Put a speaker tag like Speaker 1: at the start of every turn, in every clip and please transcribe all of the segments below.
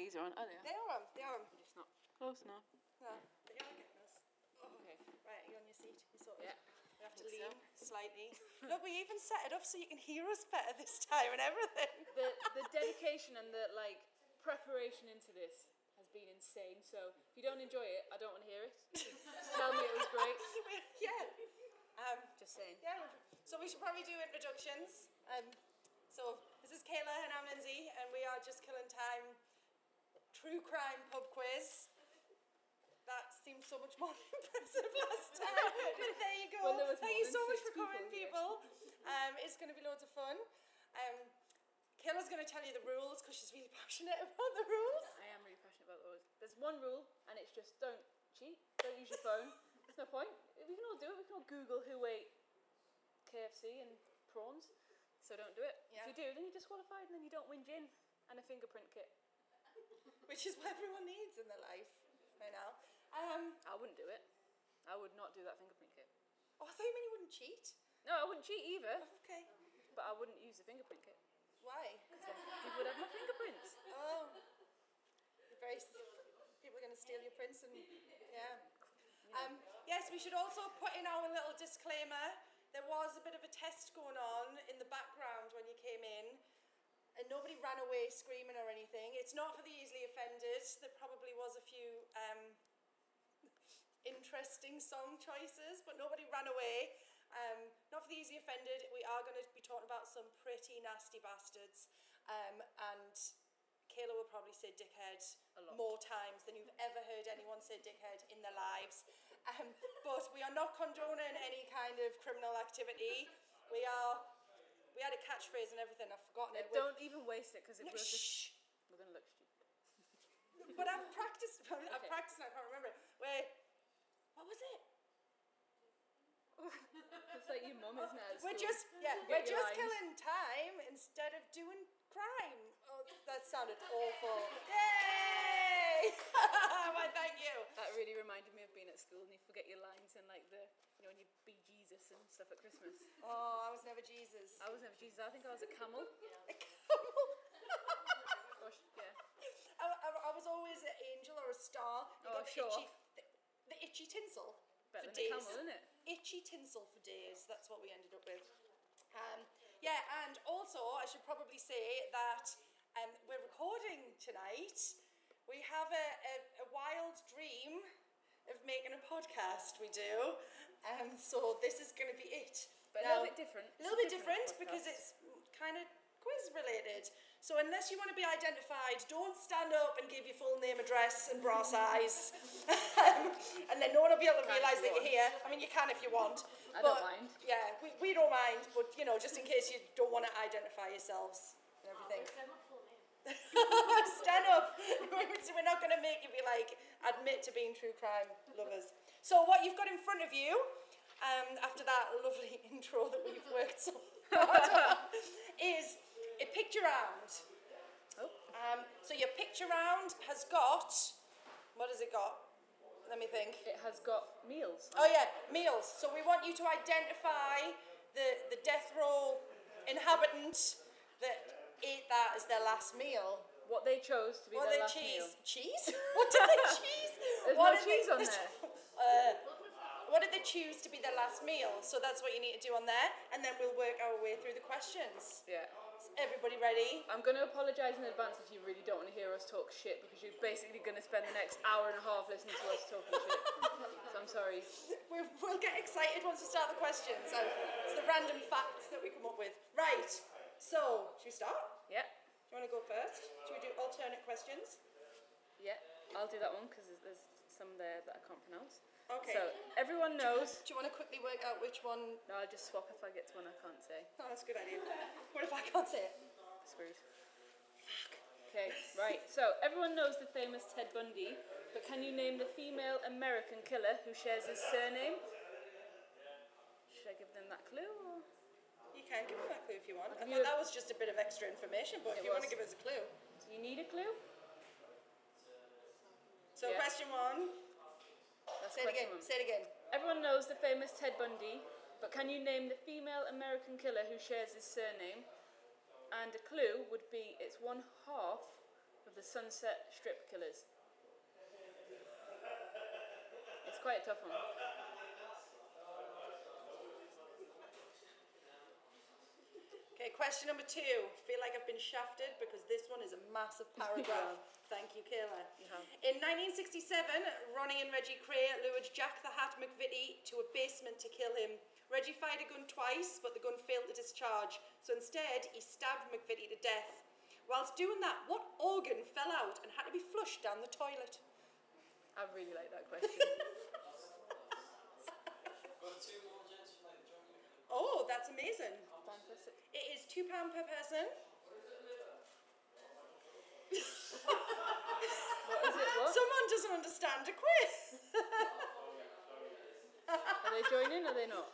Speaker 1: these are on, are they?
Speaker 2: They are on. They are on.
Speaker 1: It's not close enough.
Speaker 2: No, they are getting us.
Speaker 1: Okay.
Speaker 2: Right, you're on your seat. You sort of.
Speaker 1: Yeah.
Speaker 2: We have to
Speaker 1: Think so.
Speaker 2: lean slightly. Look, we even set it up so you can hear us better this time and everything.
Speaker 1: The the dedication and the like preparation into this has been insane. So if you don't enjoy it, I don't want to hear it. Just tell me it was great.
Speaker 2: yeah. Um,
Speaker 1: Just saying.
Speaker 2: yeah. So we should probably do introductions. Um, so this is Kayla and I'm Lindsay, and we are just killing time. True crime pub quiz. That seemed so much more impressive last time. But there you go.
Speaker 1: When there was
Speaker 2: Thank
Speaker 1: more
Speaker 2: you
Speaker 1: than
Speaker 2: so much
Speaker 1: six
Speaker 2: for coming,
Speaker 1: people here.
Speaker 2: people. Um, it's going to be loads of fun. Um, Kayla's going to tell you the rules because she's really passionate about the rules.
Speaker 1: I am really passionate about those. There's one rule, and it's just don't cheat. Don't use your phone. There's no point. We can all do it. We can all Google who ate KFC and prawns. So don't do it.
Speaker 2: Yeah.
Speaker 1: If you do, then you're disqualified, and then you don't win gin and a fingerprint kit.
Speaker 2: which is what everyone needs in their life right now. Um,
Speaker 1: I wouldn't do it. I would not do that fingerprint kit.
Speaker 2: oh, I thought you meant you wouldn't cheat.
Speaker 1: No, I wouldn't cheat either,
Speaker 2: Okay.
Speaker 1: but I wouldn't use the fingerprint kit.
Speaker 2: Why?
Speaker 1: People would have my fingerprints.
Speaker 2: Oh, You're very. s- People are going to steal your prints and yeah. Um, yes, we should also put in our little disclaimer. There was a bit of a test going on in the background when you came in, and nobody ran away screaming or anything. It's not for the easily offended. There probably was a few um, interesting song choices, but nobody ran away. Um, not for the easily offended. We are going to be talking about some pretty nasty bastards, um, and Kayla will probably say dickhead
Speaker 1: A lot.
Speaker 2: more times than you've ever heard anyone say dickhead in their lives. Um, but we are not condoning any kind of criminal activity. We are. We had a catchphrase and everything. I've forgotten it.
Speaker 1: And don't even waste it because it
Speaker 2: We're-
Speaker 1: will
Speaker 2: Shh.
Speaker 1: just. We're gonna look stupid.
Speaker 2: But I've practiced. I've
Speaker 1: Okay.
Speaker 2: practiced. And I can't remember. it. Wait. What was it?
Speaker 1: It's like your mum is now. at
Speaker 2: We're
Speaker 1: school.
Speaker 2: just yeah,
Speaker 1: Get
Speaker 2: we're
Speaker 1: your
Speaker 2: just
Speaker 1: lines.
Speaker 2: killing time instead of doing crime. Oh, that sounded awful. Yay! Why, thank you.
Speaker 1: That really reminded me of being at school and you forget your lines and like the you know when you be Jesus and stuff at Christmas.
Speaker 2: Oh, I was never Jesus.
Speaker 1: I was never Jesus. I think I was a camel. Or sh- yeah.
Speaker 2: I, I, I was always an angel or a star. You
Speaker 1: Oh,
Speaker 2: got the
Speaker 1: sure.
Speaker 2: Itchy, the, the itchy tinsel for
Speaker 1: Better than a
Speaker 2: days.
Speaker 1: camel, isn't it?
Speaker 2: Itchy tinsel for days. That's what we ended up with. Um, yeah, and also I should probably say that um, we're recording tonight. We have a, a, a wild dream of making a podcast. We do. Um, so this is going to be it.
Speaker 1: But a little bit different.
Speaker 2: A
Speaker 1: It's
Speaker 2: little bit different, because
Speaker 1: podcast.
Speaker 2: it's kind of quiz related. So unless you want to be identified, don't stand up and give your full name, address, and bra size, and then no one will be able to
Speaker 1: Can't if
Speaker 2: realise
Speaker 1: you
Speaker 2: that you're
Speaker 1: want.
Speaker 2: here. I mean, you can if you want.
Speaker 1: I don't
Speaker 2: but,
Speaker 1: mind.
Speaker 2: Yeah, we, we don't mind, but you know, just in case you don't want to identify yourselves and everything. Stand up. We're not going to make you be like, admit to being true crime lovers. So, what you've got in front of you, um, after that lovely intro that we've worked so hard on, is a picture round.
Speaker 1: Oh.
Speaker 2: Um, so, your picture round has got, what has it got? Let me think.
Speaker 1: It has got meals.
Speaker 2: Oh yeah, meals. So we want you to identify the the death row inhabitant that ate that as their last meal.
Speaker 1: What they chose to be
Speaker 2: What
Speaker 1: their
Speaker 2: are they cheese?
Speaker 1: last meal.
Speaker 2: Cheese? What did they cheese?
Speaker 1: There's
Speaker 2: what
Speaker 1: no
Speaker 2: did
Speaker 1: cheese
Speaker 2: they,
Speaker 1: on
Speaker 2: this-
Speaker 1: there.
Speaker 2: Uh, what did they choose to be their last meal? So that's what you need to do on there, and then we'll work our way through the questions.
Speaker 1: Yeah.
Speaker 2: Is everybody ready?
Speaker 1: I'm going to apologise in advance if you really don't want to hear us talk shit because you're basically going to spend the next hour and a half listening to us talking shit. So I'm sorry.
Speaker 2: We'll, we'll get excited once we start the questions. So it's the random facts that we come up with. Right. So should we start?
Speaker 1: Yeah,
Speaker 2: Do you want to go first? Should we do alternate questions?
Speaker 1: yeah. I'll do that one because there's, there's some there that I can't pronounce.
Speaker 2: Okay.
Speaker 1: So everyone knows.
Speaker 2: Do you want to quickly work out which one?
Speaker 1: No, I'll just swap if I get to one I can't say.
Speaker 2: Oh, that's a good idea. What if I can't say it?
Speaker 1: Screwed. Okay, right. So everyone knows the famous Ted Bundy, but can you name the female American killer who shares his surname? Should I give them that clue? Or?
Speaker 2: You can give me that clue if you want. I
Speaker 1: give
Speaker 2: thought
Speaker 1: you a-
Speaker 2: that was just a bit of extra information, but if you
Speaker 1: It
Speaker 2: want to
Speaker 1: was.
Speaker 2: give us a clue.
Speaker 1: Do you need a clue?
Speaker 2: So
Speaker 1: Yeah.
Speaker 2: question one.
Speaker 1: That's
Speaker 2: Say it again.
Speaker 1: question one.
Speaker 2: Say it again.
Speaker 1: Everyone knows the famous Ted Bundy, but can you name the female American killer who shares his surname? And a clue would be it's one half of the Sunset Strip Killers. It's quite a tough one.
Speaker 2: Okay, question number two. Feel like I've been shafted because this one is a massive paragraph. Thank you, Kayla. In 1967, Ronnie and Reggie Cray lured Jack the Hat McVitie to a basement to kill him. Reggie fired a gun twice, but the gun failed to discharge, so instead he stabbed McVitie to death. Whilst doing that, what organ fell out and had to be flushed down the toilet?
Speaker 1: I really like that question.
Speaker 2: Oh, that's amazing.
Speaker 1: Fantastic.
Speaker 2: It is £2 per person.
Speaker 1: What is it? What?
Speaker 2: Someone doesn't understand a quiz.
Speaker 1: Are they joining? Are they not?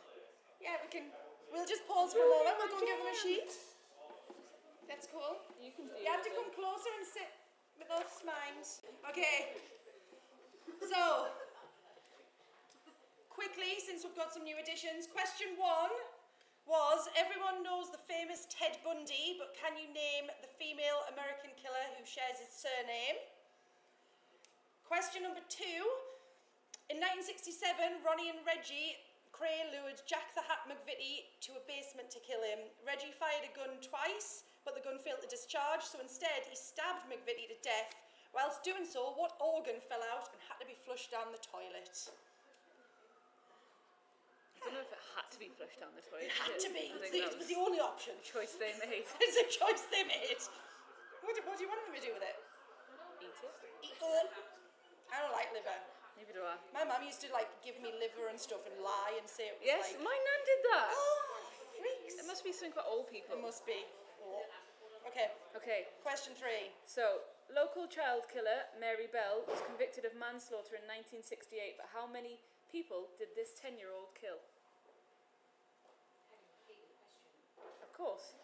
Speaker 2: Yeah, we can. We'll just pause for a moment. We'll go and give them a sheet. That's cool.
Speaker 1: You can do
Speaker 2: You have
Speaker 1: it.
Speaker 2: to come closer and sit with us, mind. Okay. So, quickly, since we've got some new additions, question one was everyone knows the famous Ted Bundy, but can you name the female American killer who shares his surname? Question number two. In 1967, Ronnie and Reggie Cray lured Jack the Hat McVitie to a basement to kill him. Reggie fired a gun twice, but the gun failed to discharge, so instead he stabbed McVitie to death. Whilst doing so, what organ fell out and had to be flushed down the toilet?
Speaker 1: I don't know if it had to be flushed down the toilet.
Speaker 2: It had
Speaker 1: did
Speaker 2: to be.
Speaker 1: I
Speaker 2: It's
Speaker 1: think
Speaker 2: the- It
Speaker 1: that
Speaker 2: was
Speaker 1: was
Speaker 2: the only option.
Speaker 1: the choice they made.
Speaker 2: It's a choice they made. What do, what do you want them to do with it?
Speaker 1: Eat it.
Speaker 2: Eat it? I don't like liver.
Speaker 1: Maybe do I.
Speaker 2: My mum used to like give me liver and stuff and lie and say it was
Speaker 1: Yes,
Speaker 2: like.
Speaker 1: my nan did that.
Speaker 2: Oh, freaks.
Speaker 1: It must be something for old people.
Speaker 2: It must be. Okay,
Speaker 1: Okay,
Speaker 2: question three.
Speaker 1: so local child killer Mary Bell was convicted of manslaughter in 1968, but how many people did this 10 year old kill? Of course.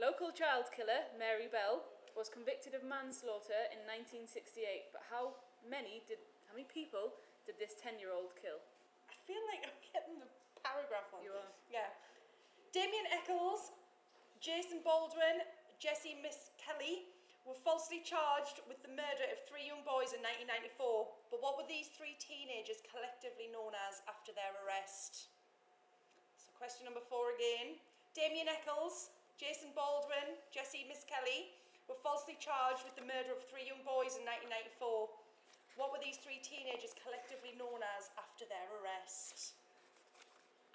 Speaker 1: local child killer Mary Bell was convicted of manslaughter in 1968, but how many did how many people did this 10 year old kill?
Speaker 2: I feel like I'm getting the paragraph one.
Speaker 1: You are.
Speaker 2: Yeah. Damien Eccles, Jason Baldwin, Jesse Miss Kelly were falsely charged with the murder of three young boys in 1994. But what were these three teenagers collectively known as after their arrest? So, question number four again. Damien Eccles, Jason Baldwin, Jesse Miss Kelly were falsely charged with the murder of three young boys in 1994. What were these three teenagers collectively known as after their arrest?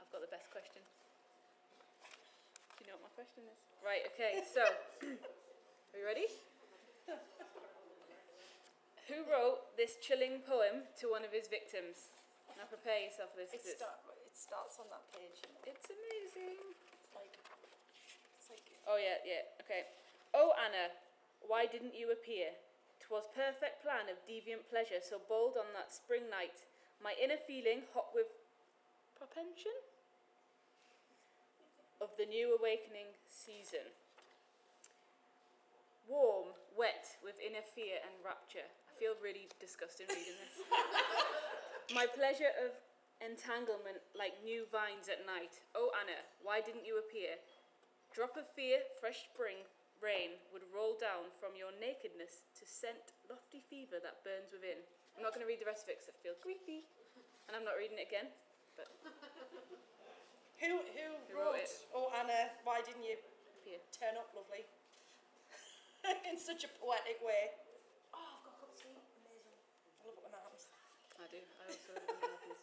Speaker 1: I've got the best question. Do you know what my question is? Right, okay, so are you ready? Who wrote this chilling poem to one of his victims? Now prepare yourself for this. 'cause it's,
Speaker 2: it starts on that page. And
Speaker 1: it's amazing.
Speaker 2: it's like, it's like
Speaker 1: Oh, yeah, yeah, okay. Oh, Anna, why didn't you appear? 'Twas perfect plan of deviant pleasure, so bold on that spring night. My inner feeling, hot with propension? Of the new awakening season. Warm, wet, with inner fear and rapture. I feel really disgusting reading this. My pleasure of entanglement like new vines at night. Oh, Anna, why didn't you appear? Drop of fear, fresh spring rain would roll down from your nakedness to scent lofty fever that burns within. I'm not going to read the rest of it because it feels creepy. And I'm not reading it again. But
Speaker 2: who who
Speaker 1: wrote
Speaker 2: wrote?
Speaker 1: it?
Speaker 2: Oh Anna, why didn't you
Speaker 1: appear.
Speaker 2: turn up, lovely? In such a poetic way. Oh, I've got a cup of tea. Amazing. I love it when that happens.
Speaker 1: I do. I also don't know what happens.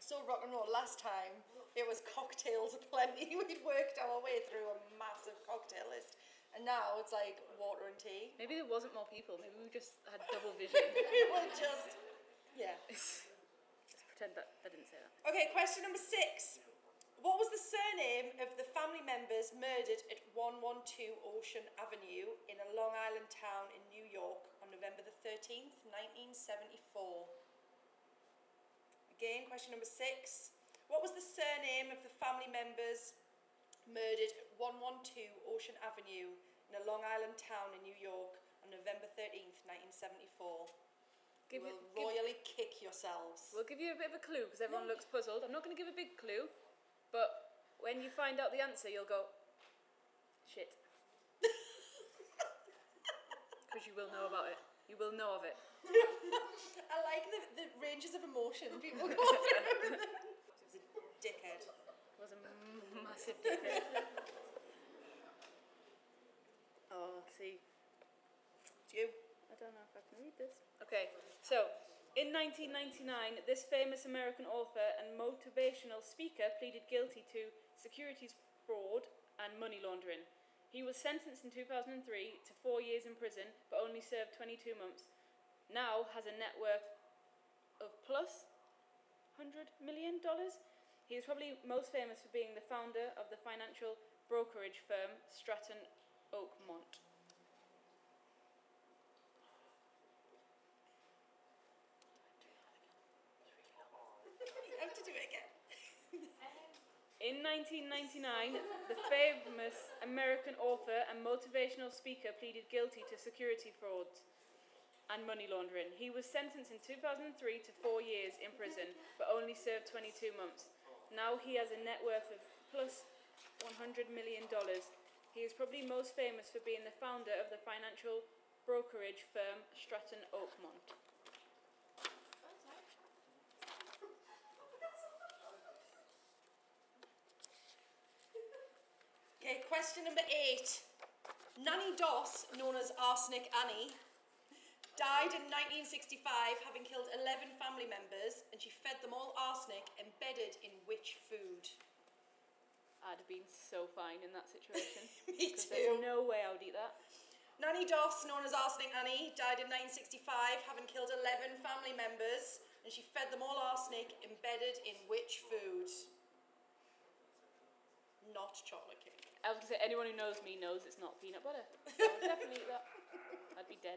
Speaker 2: So rock and roll last time. It was cocktails aplenty. We'd worked our way through a massive cocktail list, and now it's like water and tea.
Speaker 1: Maybe there wasn't more people. Maybe we just had double vision.
Speaker 2: we were just, yeah.
Speaker 1: Let's pretend that I didn't say that.
Speaker 2: Okay, question number six. What was the surname of the family members murdered at 112 Ocean Avenue in a Long Island town in New York on November the 13th, 1974? Again, question number six. What was the surname of the family members murdered at 112 Ocean Avenue in a Long Island town in New York on November 13th, 1974? you
Speaker 1: Give you,
Speaker 2: will
Speaker 1: give,
Speaker 2: royally kick yourselves.
Speaker 1: we'll give you a bit of a clue because everyone looks puzzled. I'm not going to give a big clue, but When you find out the answer, you'll go, shit. Because you will know about it. You will know of it.
Speaker 2: I like the, the ranges of emotion people go through. She was a dickhead.
Speaker 1: It was a m- massive difference. oh, see.
Speaker 2: Do you?
Speaker 1: I don't know if I can read this. Okay, so in 1999, this famous American author and motivational speaker pleaded guilty to securities fraud and money laundering. He was sentenced in 2003 to four years in prison, but only served 22 months. Now has a net worth of plus $100 million. He is probably most famous for being the founder of the financial brokerage firm Stratton Oakmont.
Speaker 2: You have to do it again.
Speaker 1: In 1999, the famous American author and motivational speaker pleaded guilty to security fraud and money laundering. He was sentenced in 2003 to four years in prison, but only served 22 months. Now he has a net worth of plus $100 million. He is probably most famous for being the founder of the financial brokerage firm Stratton Oakmont.
Speaker 2: Okay, question number eight. Nanny Doss, known as Arsenic Annie, died in 1965 having killed 11 family members and she fed them all arsenic embedded in which food?
Speaker 1: I'd have been so fine in that situation.
Speaker 2: Me
Speaker 1: 'cause There's
Speaker 2: too.
Speaker 1: no way I would eat that.
Speaker 2: Nanny Doss, known as Arsenic Annie, died in 1965 having killed 11 family members and she fed them all arsenic embedded in which food? Not chocolate cake.
Speaker 1: I was gonna say anyone who knows me knows it's not peanut butter. I would definitely eat that. I'd be dead.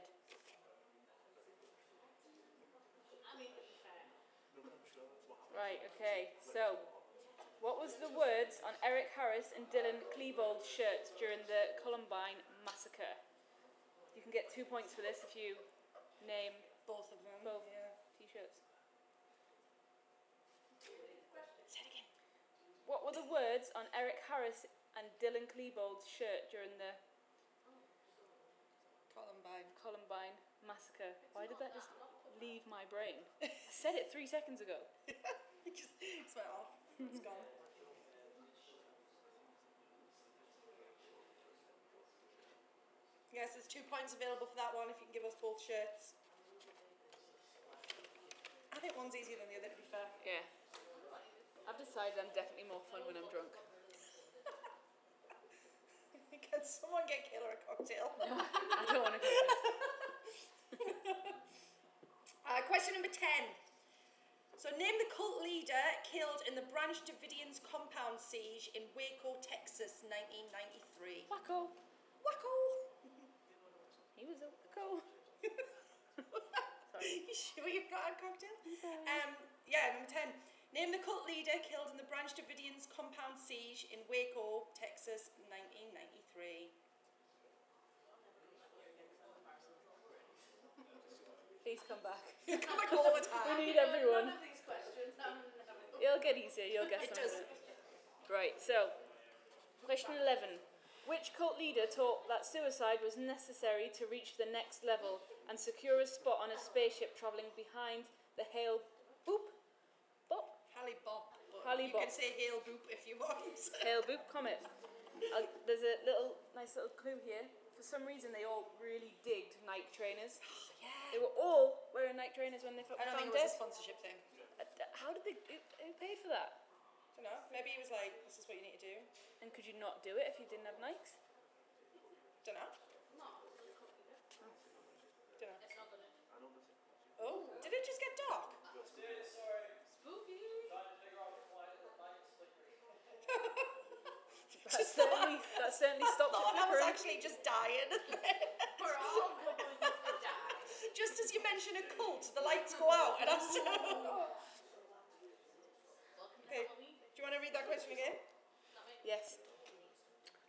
Speaker 1: Right. Okay. So, what was the words on Eric Harris and Dylan Klebold's shirts during the Columbine massacre? You can get two points for this if you name
Speaker 2: Both of them.
Speaker 1: Both.
Speaker 2: Yeah.
Speaker 1: t-shirts.
Speaker 2: Say it again.
Speaker 1: What were the words on Eric Harris and Dylan Klebold's shirt during the
Speaker 2: Columbine.
Speaker 1: Columbine massacre. Why did that just leave my brain? I said it three seconds ago.
Speaker 2: It just, it just went off. It's gone. Yes, there's two points available for that one if you can give us both shirts. I think one's easier than the other, to be fair.
Speaker 1: Yeah. I've decided I'm definitely more fun when I'm drunk.
Speaker 2: can someone get Kayla a cocktail?
Speaker 1: I don't want to go. there.
Speaker 2: Uh, question number 10. So, name the cult leader killed in the Branch Davidians compound siege in Waco, Texas, 1993.
Speaker 1: Wacko.
Speaker 2: Wacko!
Speaker 1: He was a wacko. Sorry.
Speaker 2: you sure you've got a cocktail? Um, yeah, number 10. Name the cult leader killed in the Branch Davidians compound siege in Waco, Texas, 1993.
Speaker 1: Please come back.
Speaker 2: Come back all the
Speaker 1: We
Speaker 2: time.
Speaker 1: need everyone.
Speaker 3: None of these questions. None, none of
Speaker 1: It'll get easier. You'll get
Speaker 2: It
Speaker 1: some.
Speaker 2: does.
Speaker 1: of it. Right, so question 11. Which cult leader taught that suicide was necessary to reach the next level and secure a spot on a spaceship travelling behind the Hale Boop? Boop?
Speaker 2: Halle Bop. but
Speaker 1: Halle
Speaker 2: You
Speaker 1: Bop.
Speaker 2: can say Hail Boop if you want.
Speaker 1: Hale Boop Comet. Uh, there's a little nice little clue here. For some reason, they all really digged Nike trainers. They
Speaker 2: yeah.
Speaker 1: were all wearing Nike trainers when they fo-
Speaker 2: I don't
Speaker 1: found
Speaker 2: think it was
Speaker 1: it.
Speaker 2: a sponsorship thing.
Speaker 1: Uh, d- How did they who, who pay for that?
Speaker 2: don't know. Maybe he was like, this is what you need to do.
Speaker 1: And could you not do it if you didn't have Nikes?
Speaker 2: Don't know. Don't know. Oh, did it just get dark?
Speaker 1: That
Speaker 2: Just
Speaker 1: certainly, that certainly stopped it
Speaker 2: Thought I was
Speaker 1: flickering.
Speaker 2: actually just dying.
Speaker 3: these. We're all going to die.
Speaker 2: just as you mention a cult, the lights go out, and I s-
Speaker 3: Welcome
Speaker 2: Okay.
Speaker 3: to Halloween.
Speaker 2: Do you want to read that question again?
Speaker 1: Yes.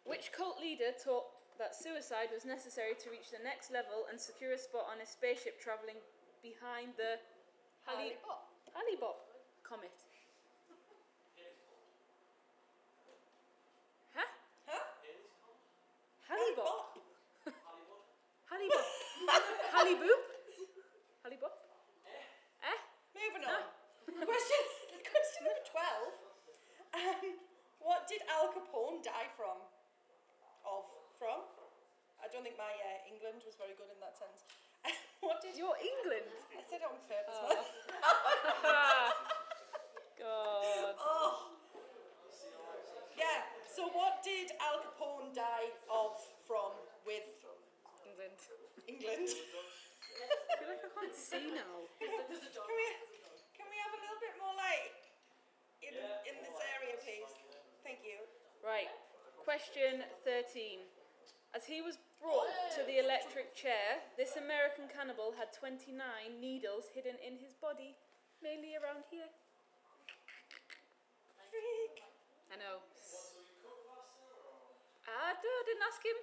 Speaker 1: Which cult leader taught that suicide was necessary to reach the next level and secure a spot on a spaceship travelling behind the Halle Bob comet?
Speaker 2: Um, did Al Capone die from? Of? From? I don't think my uh, England was very good in that sense. what did you?
Speaker 1: You're England.
Speaker 2: I said it on purpose.
Speaker 1: Oh. God.
Speaker 2: Oh. Yeah. So what did Al Capone die of from with England?
Speaker 1: England. I feel like I can't see now.
Speaker 2: Can we can we have a little bit more light in in this area, please? Thank you.
Speaker 1: Right. Question 13. As he was brought to the electric chair, this American cannibal had 29 needles hidden in his body, mainly around here.
Speaker 2: Freak.
Speaker 1: I know. I d- I Ah, didn't ask him.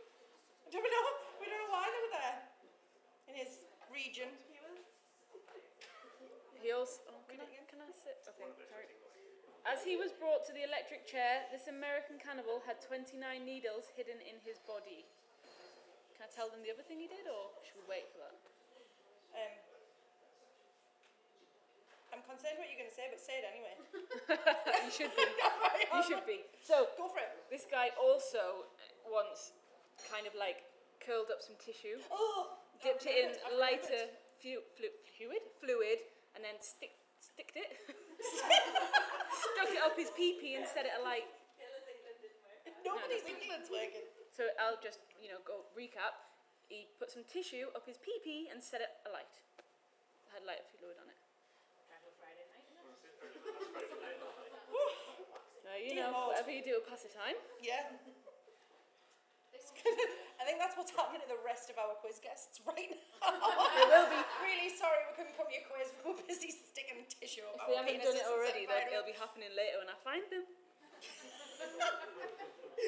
Speaker 2: I don't know. We don't know why they were there. In his region. He was.
Speaker 1: He also. Oh, can, I, can I sit? Okay, sorry. As he was brought to the electric chair, this American cannibal had 29 needles hidden in his body. Can I tell them the other thing he did, or should we wait for that?
Speaker 2: Um. I'm concerned what you're going to say, but say it anyway. Oh,
Speaker 1: you should be. You should be. So,
Speaker 2: Go for it.
Speaker 1: this guy also uh, once kind of like curled up some tissue,
Speaker 2: Oh. I've
Speaker 1: dipped it
Speaker 2: remembered, I've remembered.
Speaker 1: in lighter fu- flu- fluid, fluid, and then stick, sticked it. Stuck it up his pee pee and set it alight.
Speaker 2: Nobody's England's working.
Speaker 1: So I'll just, you know, go recap. He put some tissue up his pee pee and set it alight. It had lighter fluid on it.
Speaker 3: Taco Friday night.
Speaker 1: Now, you
Speaker 2: Dear
Speaker 1: know,
Speaker 2: Lord.
Speaker 1: whatever you do, will pass the time.
Speaker 2: Yeah. I think that's what's happening to the rest of our quiz guests right now.
Speaker 1: It will be.
Speaker 2: really sorry we couldn't come to your quiz. We were busy sticking tissue up our
Speaker 1: If they haven't done
Speaker 2: penises
Speaker 1: it
Speaker 2: and
Speaker 1: already,
Speaker 2: setting
Speaker 1: then
Speaker 2: fire
Speaker 1: it'll
Speaker 2: to
Speaker 1: be happening later when I find them.
Speaker 2: it.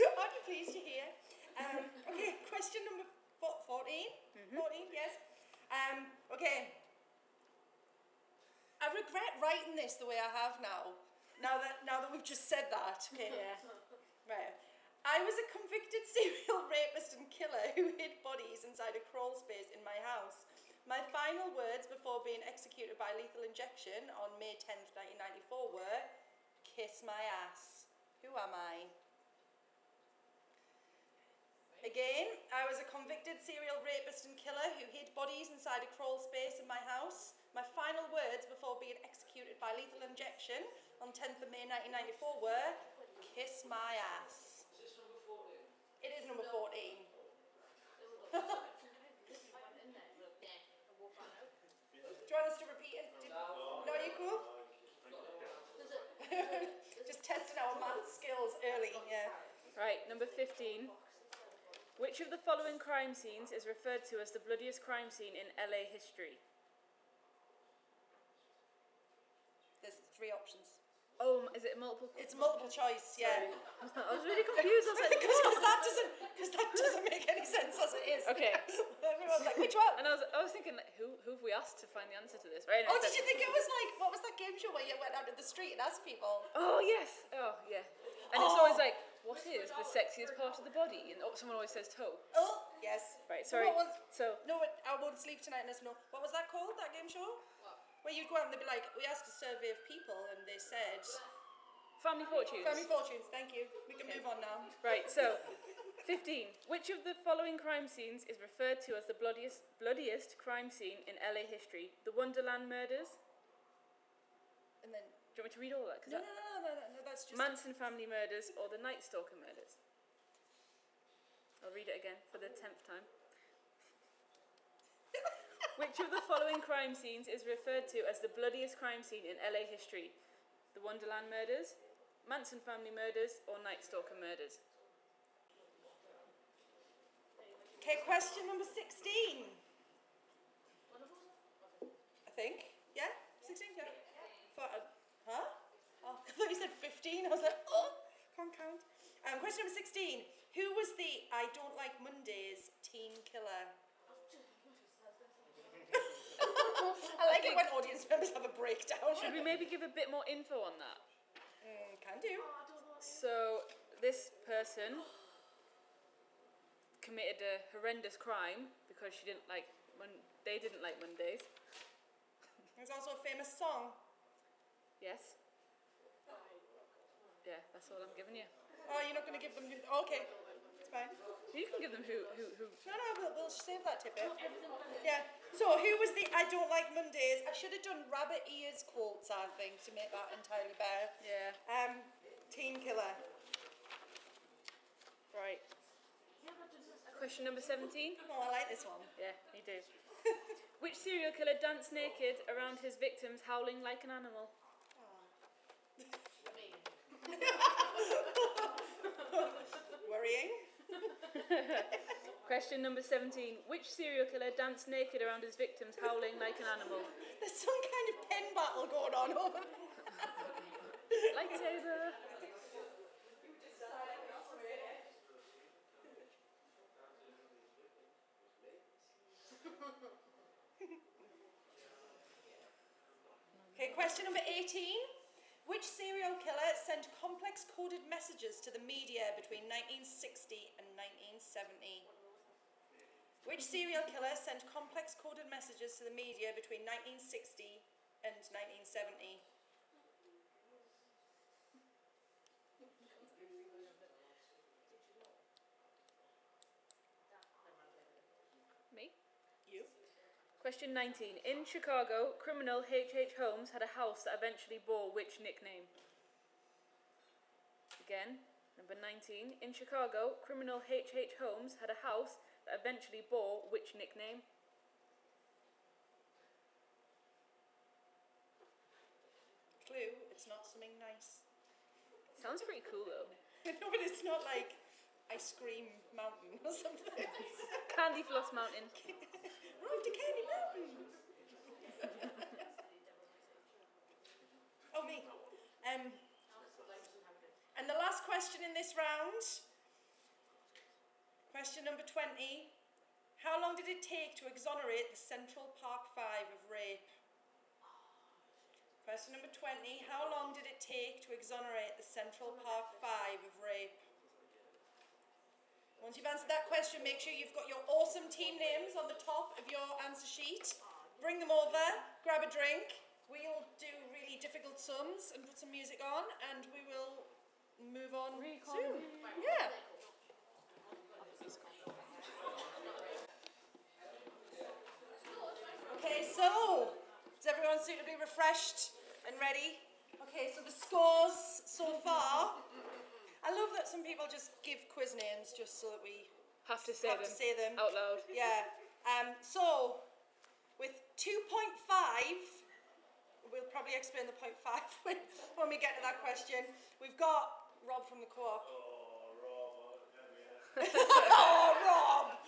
Speaker 2: Aren't you pleased you're here? Um, okay, question number four, 14. 14, yes. Um, okay. I regret writing this the way I have now. Now that now that we've just said that. Okay.
Speaker 1: Yeah.
Speaker 2: Right. I was a convicted serial rapist and killer who hid bodies inside a crawl space in my house. My final words before being executed by lethal injection on May 10th, 1994 were kiss my ass. Who am I? Again, I was a convicted serial rapist and killer who hid bodies inside a crawl space in my house. My final words before being executed by lethal injection on 10th of May 1994 were kiss my ass. It is number 14.
Speaker 3: One in there. Yeah. A walk on out.
Speaker 2: Do you want us to repeat it? Did, no, you cool? Just testing our math skills early, yeah.
Speaker 1: Right, number 15. Which of the following crime scenes is referred to as the bloodiest crime scene in LA history?
Speaker 2: There's three options.
Speaker 1: Oh, m- is it multiple?
Speaker 2: It's multiple choice, yeah.
Speaker 1: I was really confused. I was like,
Speaker 2: Because that doesn't, because that doesn't make any sense as it is.
Speaker 1: okay.
Speaker 2: Everyone's like, which one?
Speaker 1: And I was, I was thinking, like, who, who have we asked to find the answer to this? Right? and
Speaker 2: Oh,
Speaker 1: it
Speaker 2: did
Speaker 1: said-
Speaker 2: you think it was like what was that game show where you went out in the street and asked people?
Speaker 1: Oh yes. Oh yeah. And it's
Speaker 2: Oh.
Speaker 1: always like, what is the sexiest part of the body? And oh, someone always says toe.
Speaker 2: Oh, yes.
Speaker 1: Right. Sorry.
Speaker 2: What was-
Speaker 1: So
Speaker 2: No, it- I won't sleep tonight unless no. What was that called? That game show? Where you'd go out and they'd be like, we asked a survey of people and they said
Speaker 1: family fortunes.
Speaker 2: family fortunes. Thank you. We can move on now.
Speaker 1: Right. So. 15. Which of the following crime scenes is referred to as the bloodiest, bloodiest crime scene in LA history? The Wonderland murders.
Speaker 2: And then
Speaker 1: Do you want me to read all that? 'Cause
Speaker 2: no, no, no,
Speaker 1: that-
Speaker 2: no, no, no that's just
Speaker 1: Manson family murders or the Night Stalker murders? I'll read it again for the tenth time. Which of the following crime scenes is referred to as the bloodiest crime scene in LA history? The Wonderland murders, Manson family murders, or Night Stalker murders?
Speaker 2: Okay, question number 16. I think. Yeah? 16? Yeah. Thought I'd- huh? Oh, I thought you said 15. I was like, oh, can't count. Um, question number 16. Who was the I Don't Like Mondays teen killer? I like it when audience members have a breakdown.
Speaker 1: Should we maybe give a bit more info on that?
Speaker 2: Mm, can do.
Speaker 1: So this person committed a horrendous crime because she didn't like Mon- they didn't like Mondays.
Speaker 2: There's also a famous song.
Speaker 1: Yes. Yeah, that's all I'm giving you.
Speaker 2: Oh, you're not going to give them. who- Okay, it's fine.
Speaker 1: You can give them who who who.
Speaker 2: No, no, we'll, we'll save that tidbit.
Speaker 3: Everything on it.
Speaker 2: Yeah. So who was the I don't like Mondays? I should have done rabbit ears quotes, I think, to make that entirely better.
Speaker 1: Yeah.
Speaker 2: Um, Teen Killer.
Speaker 1: Right. Question number seventeen.
Speaker 2: Oh, I like this one.
Speaker 1: Yeah, you do. Which serial killer danced naked around his victims, howling like an animal?
Speaker 2: Ah, Worrying.
Speaker 1: Question number seventeen. Which serial killer danced naked around his victims, howling like an animal?
Speaker 2: There's some kind of pen battle going on over there.
Speaker 1: Lightsaber.
Speaker 2: Okay, question number 18. Which serial killer sent complex coded messages to the media between 1960 and 1970? Which serial killer sent complex coded messages to the media between 1960 and 1970?
Speaker 1: Me.
Speaker 2: You?
Speaker 1: Question 19. In Chicago, criminal H. H. Holmes had a house that eventually bore which nickname? Again, number 19. In Chicago, criminal H. H. Holmes had a house that eventually bore which nickname?
Speaker 2: Clue, it's not something nice.
Speaker 1: Sounds pretty cool though.
Speaker 2: no, but it's not like Ice Cream Mountain or something.
Speaker 1: Candy Floss Mountain.
Speaker 2: We're off to Candy Mountain. oh me. Um, and the last question in this round, question number twenty. How long did it take to exonerate the Central Park Five of rape? Question number twenty. How long did it take to exonerate the Central Park Five of rape? Once you've answered that question, make sure you've got your awesome team names on the top of your answer sheet. Bring them over, grab a drink. We'll do really difficult sums and put some music on, and we will move on soon. Yeah. Okay, so is everyone suitably refreshed and ready? Okay, so the scores so far. I love that some people just give quiz names just so that we
Speaker 1: Have to say
Speaker 2: have
Speaker 1: them.
Speaker 2: to say them.
Speaker 1: Out loud.
Speaker 2: Yeah. Um, so, with 2.5, we'll probably explain the point five when, when we get to that question. We've got Rob from the co-op. oh, Rob!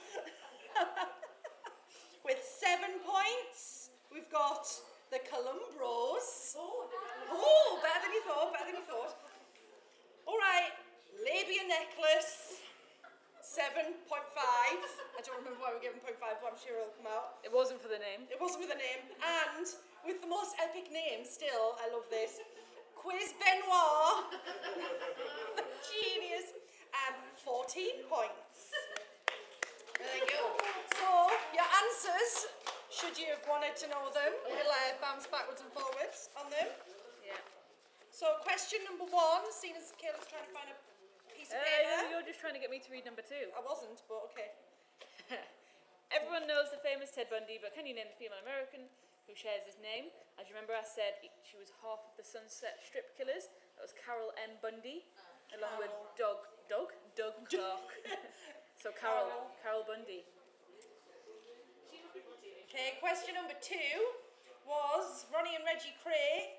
Speaker 2: with seven points, we've got the Columbros. Oh, better than you thought, better than you thought. All right, labia necklace. 7.5. I don't remember why we're giving 0.5, but I'm sure it'll come out.
Speaker 1: It wasn't for the name.
Speaker 2: It wasn't with a name. And with the most epic name still, I love this. Quiz Benoit. Genius. Um, 14 points. There you go. So, your answers, should you have wanted to know them, will uh, bounce backwards and forwards on them.
Speaker 1: Yeah.
Speaker 2: So, question number one, seeing as Caleb's trying to find a piece of
Speaker 1: Uh,
Speaker 2: paper.
Speaker 1: you're just trying to get me to read number two.
Speaker 2: I wasn't, but okay.
Speaker 1: Everyone knows the famous Ted Bundy, but can you name the female American who shares his name? As you remember, I said he- she was half of the Sunset Strip killers. That was Carol M. Bundy, along with Doug, Doug, Doug Clark. so Carol, Carol Bundy.
Speaker 2: Okay, question number two was Ronnie and Reggie Cray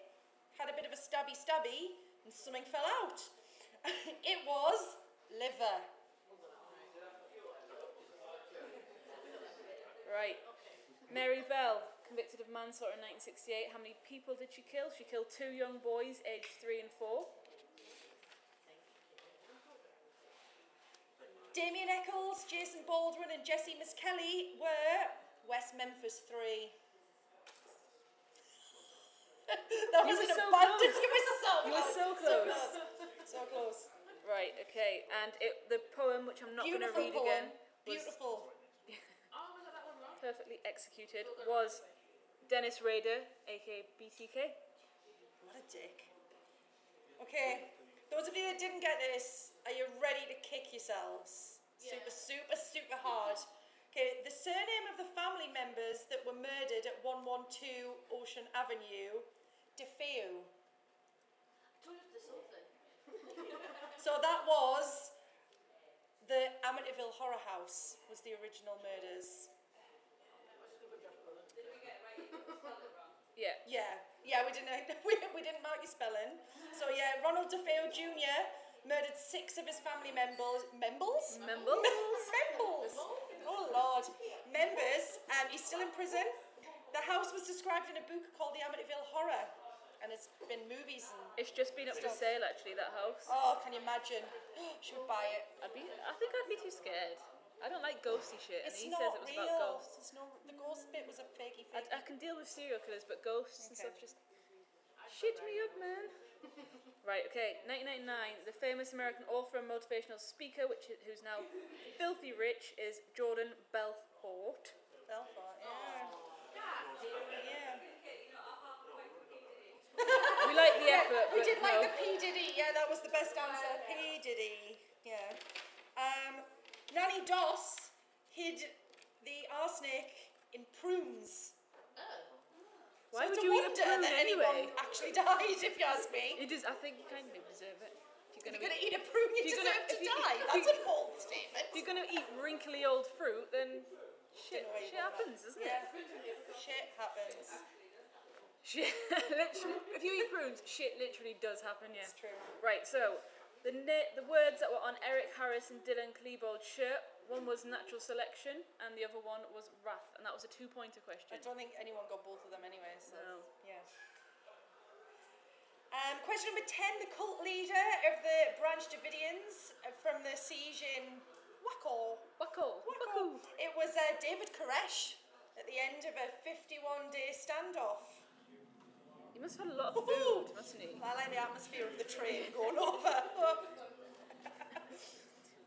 Speaker 2: had a bit of a stabby stabby and something fell out. it was liver.
Speaker 1: Right. Mary Bell, convicted of manslaughter in 1968. How many people did she kill? She killed two young boys, aged three and four.
Speaker 2: Damien Eccles, Jason Baldwin, and Jesse Miss Kelly were West Memphis 3. that
Speaker 1: You
Speaker 2: was
Speaker 1: were
Speaker 2: an
Speaker 1: so
Speaker 2: abundant.
Speaker 1: close.
Speaker 2: You were so
Speaker 1: You
Speaker 2: close.
Speaker 1: were so close.
Speaker 2: So close.
Speaker 1: Right. Okay. And it, the poem, which I'm not going to
Speaker 2: Beautiful
Speaker 1: read
Speaker 2: poem.
Speaker 1: again, was
Speaker 2: Beautiful.
Speaker 3: Oh, was that that one wrong?
Speaker 1: perfectly executed was Dennis Rader, aka BTK.
Speaker 2: What a dick. Okay, those of you that didn't get this, Are you ready to kick yourselves?
Speaker 3: Yeah.
Speaker 2: Super, super, super hard. Okay, the surname of the family members that were murdered at 112 Ocean Avenue, DeFeo.
Speaker 3: Told you to something.
Speaker 2: So that was the Amityville Horror House was the original murders.
Speaker 1: Yeah.
Speaker 2: Yeah, yeah, we didn't we, we didn't mark your spelling. So yeah, Ronald DeFeo Jr. murdered six of his family members. Members?
Speaker 1: Remember?
Speaker 2: members. Oh lord, members. Um, he's still in prison. The house was described in a book called The Amityville Horror, and it's been movies and
Speaker 1: It's just been up for sale actually, that house.
Speaker 2: oh, can you imagine? Should we buy it?
Speaker 1: I'd be, I think I'd be too scared. I don't like ghosty shit, and
Speaker 2: It's
Speaker 1: he
Speaker 2: not
Speaker 1: says it was
Speaker 2: real.
Speaker 1: about ghosts.
Speaker 2: It's not, the ghost bit was a fakey
Speaker 1: I,
Speaker 2: fake.
Speaker 1: I can deal with serial killers, but ghosts and
Speaker 2: Okay.
Speaker 1: stuff just shit me up, man. right, okay, 1999, the famous American author and motivational speaker, which i- who's now filthy rich, is Jordan Belfort.
Speaker 2: Belfort, yeah. Yeah.
Speaker 1: We like the
Speaker 2: Yeah,
Speaker 1: effort,
Speaker 2: we
Speaker 1: but
Speaker 2: did
Speaker 1: no.
Speaker 2: like the P Diddy. Yeah, that was the best answer. P Diddy. Yeah. Um, Nanny Doss hid the arsenic in prunes.
Speaker 1: Why
Speaker 2: so
Speaker 1: would
Speaker 2: it's a
Speaker 1: you eat a
Speaker 2: wonder
Speaker 1: prune
Speaker 2: that
Speaker 1: anyway?
Speaker 2: anyone actually died, if you ask me.
Speaker 1: It is. I think you kind of deserve it. If you're
Speaker 2: If
Speaker 1: gonna,
Speaker 2: you're going to
Speaker 1: be-
Speaker 2: eat a prune, you
Speaker 1: if you're
Speaker 2: deserve
Speaker 1: gonna-
Speaker 2: to
Speaker 1: if you-
Speaker 2: die.
Speaker 1: if
Speaker 2: That's a
Speaker 1: you-
Speaker 2: bold statement.
Speaker 1: if you're gonna eat wrinkly old fruit, then shit,
Speaker 2: Don't worry about
Speaker 1: shit
Speaker 2: that.
Speaker 1: happens, doesn't it?
Speaker 2: yeah. Shit happens.
Speaker 1: Shit, literally. If you eat prunes, shit literally does happen. Yeah.
Speaker 2: It's true.
Speaker 1: Right, so the na- the words that were on Eric Harris and Dylan Klebold's shirt, one was natural selection and the other one was wrath, and that was a two pointer
Speaker 2: I
Speaker 1: question.
Speaker 2: don't think anyone got both of them anyway, so
Speaker 1: No.
Speaker 2: yeah. Um, question number 10 the cult leader of the Branch Davidians uh, from the siege in Waco.
Speaker 1: Wacko, wacko.
Speaker 2: It was uh, David Koresh at the end of a 51 day standoff.
Speaker 1: He must have had a lot of
Speaker 2: Woohoo!
Speaker 1: food, mustn't he?
Speaker 2: I like the atmosphere of the train going over. huh?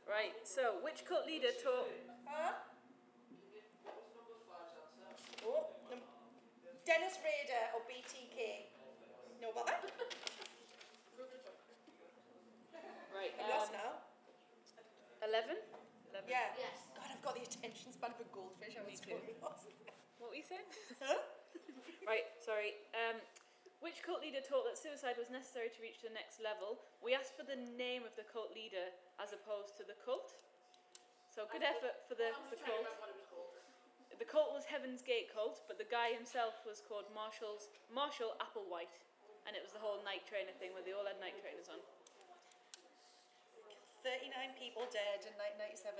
Speaker 1: Right, so which cult leader taught
Speaker 2: Oh, num- Dennis Rader or BTK? No bother.
Speaker 1: right
Speaker 2: I'm lost
Speaker 1: um,
Speaker 2: now.
Speaker 1: eleven? Eleven.
Speaker 2: Yeah.
Speaker 3: Yes.
Speaker 2: God, I've got the attention span of a goldfish. I was
Speaker 1: too.
Speaker 2: totally lost.
Speaker 1: What were you saying?
Speaker 2: Huh?
Speaker 1: Right, sorry. Um, which cult leader taught that suicide was necessary to reach the next level? We asked for the name of the cult leader as opposed to the cult. So good effort for the,
Speaker 3: I'm
Speaker 1: the
Speaker 3: just trying to
Speaker 1: cult.
Speaker 3: remember what it was called.
Speaker 1: The cult was Heaven's Gate cult, but the guy himself was called Marshall's Marshall Applewhite, and it was the whole night trainer thing where they all had night trainers on.
Speaker 2: 39 people dead in 1997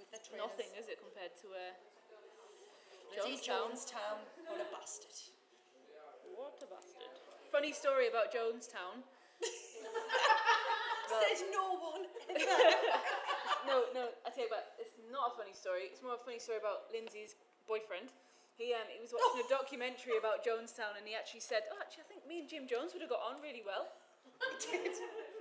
Speaker 2: with their trainers.
Speaker 1: Nothing, is it, compared to uh,
Speaker 2: Bloody Jonestown.
Speaker 1: Jonestown?
Speaker 2: What a bastard.
Speaker 1: What a bastard! Funny story about Jonestown.
Speaker 2: Said no one.
Speaker 1: No, no, I tell you what, it's not a funny story. It's more a funny story about Lindsay's boyfriend. He um, he was watching a documentary about Jonestown, and he actually said, "Oh, actually, I think me and Jim Jones would have got on really well."
Speaker 2: he did.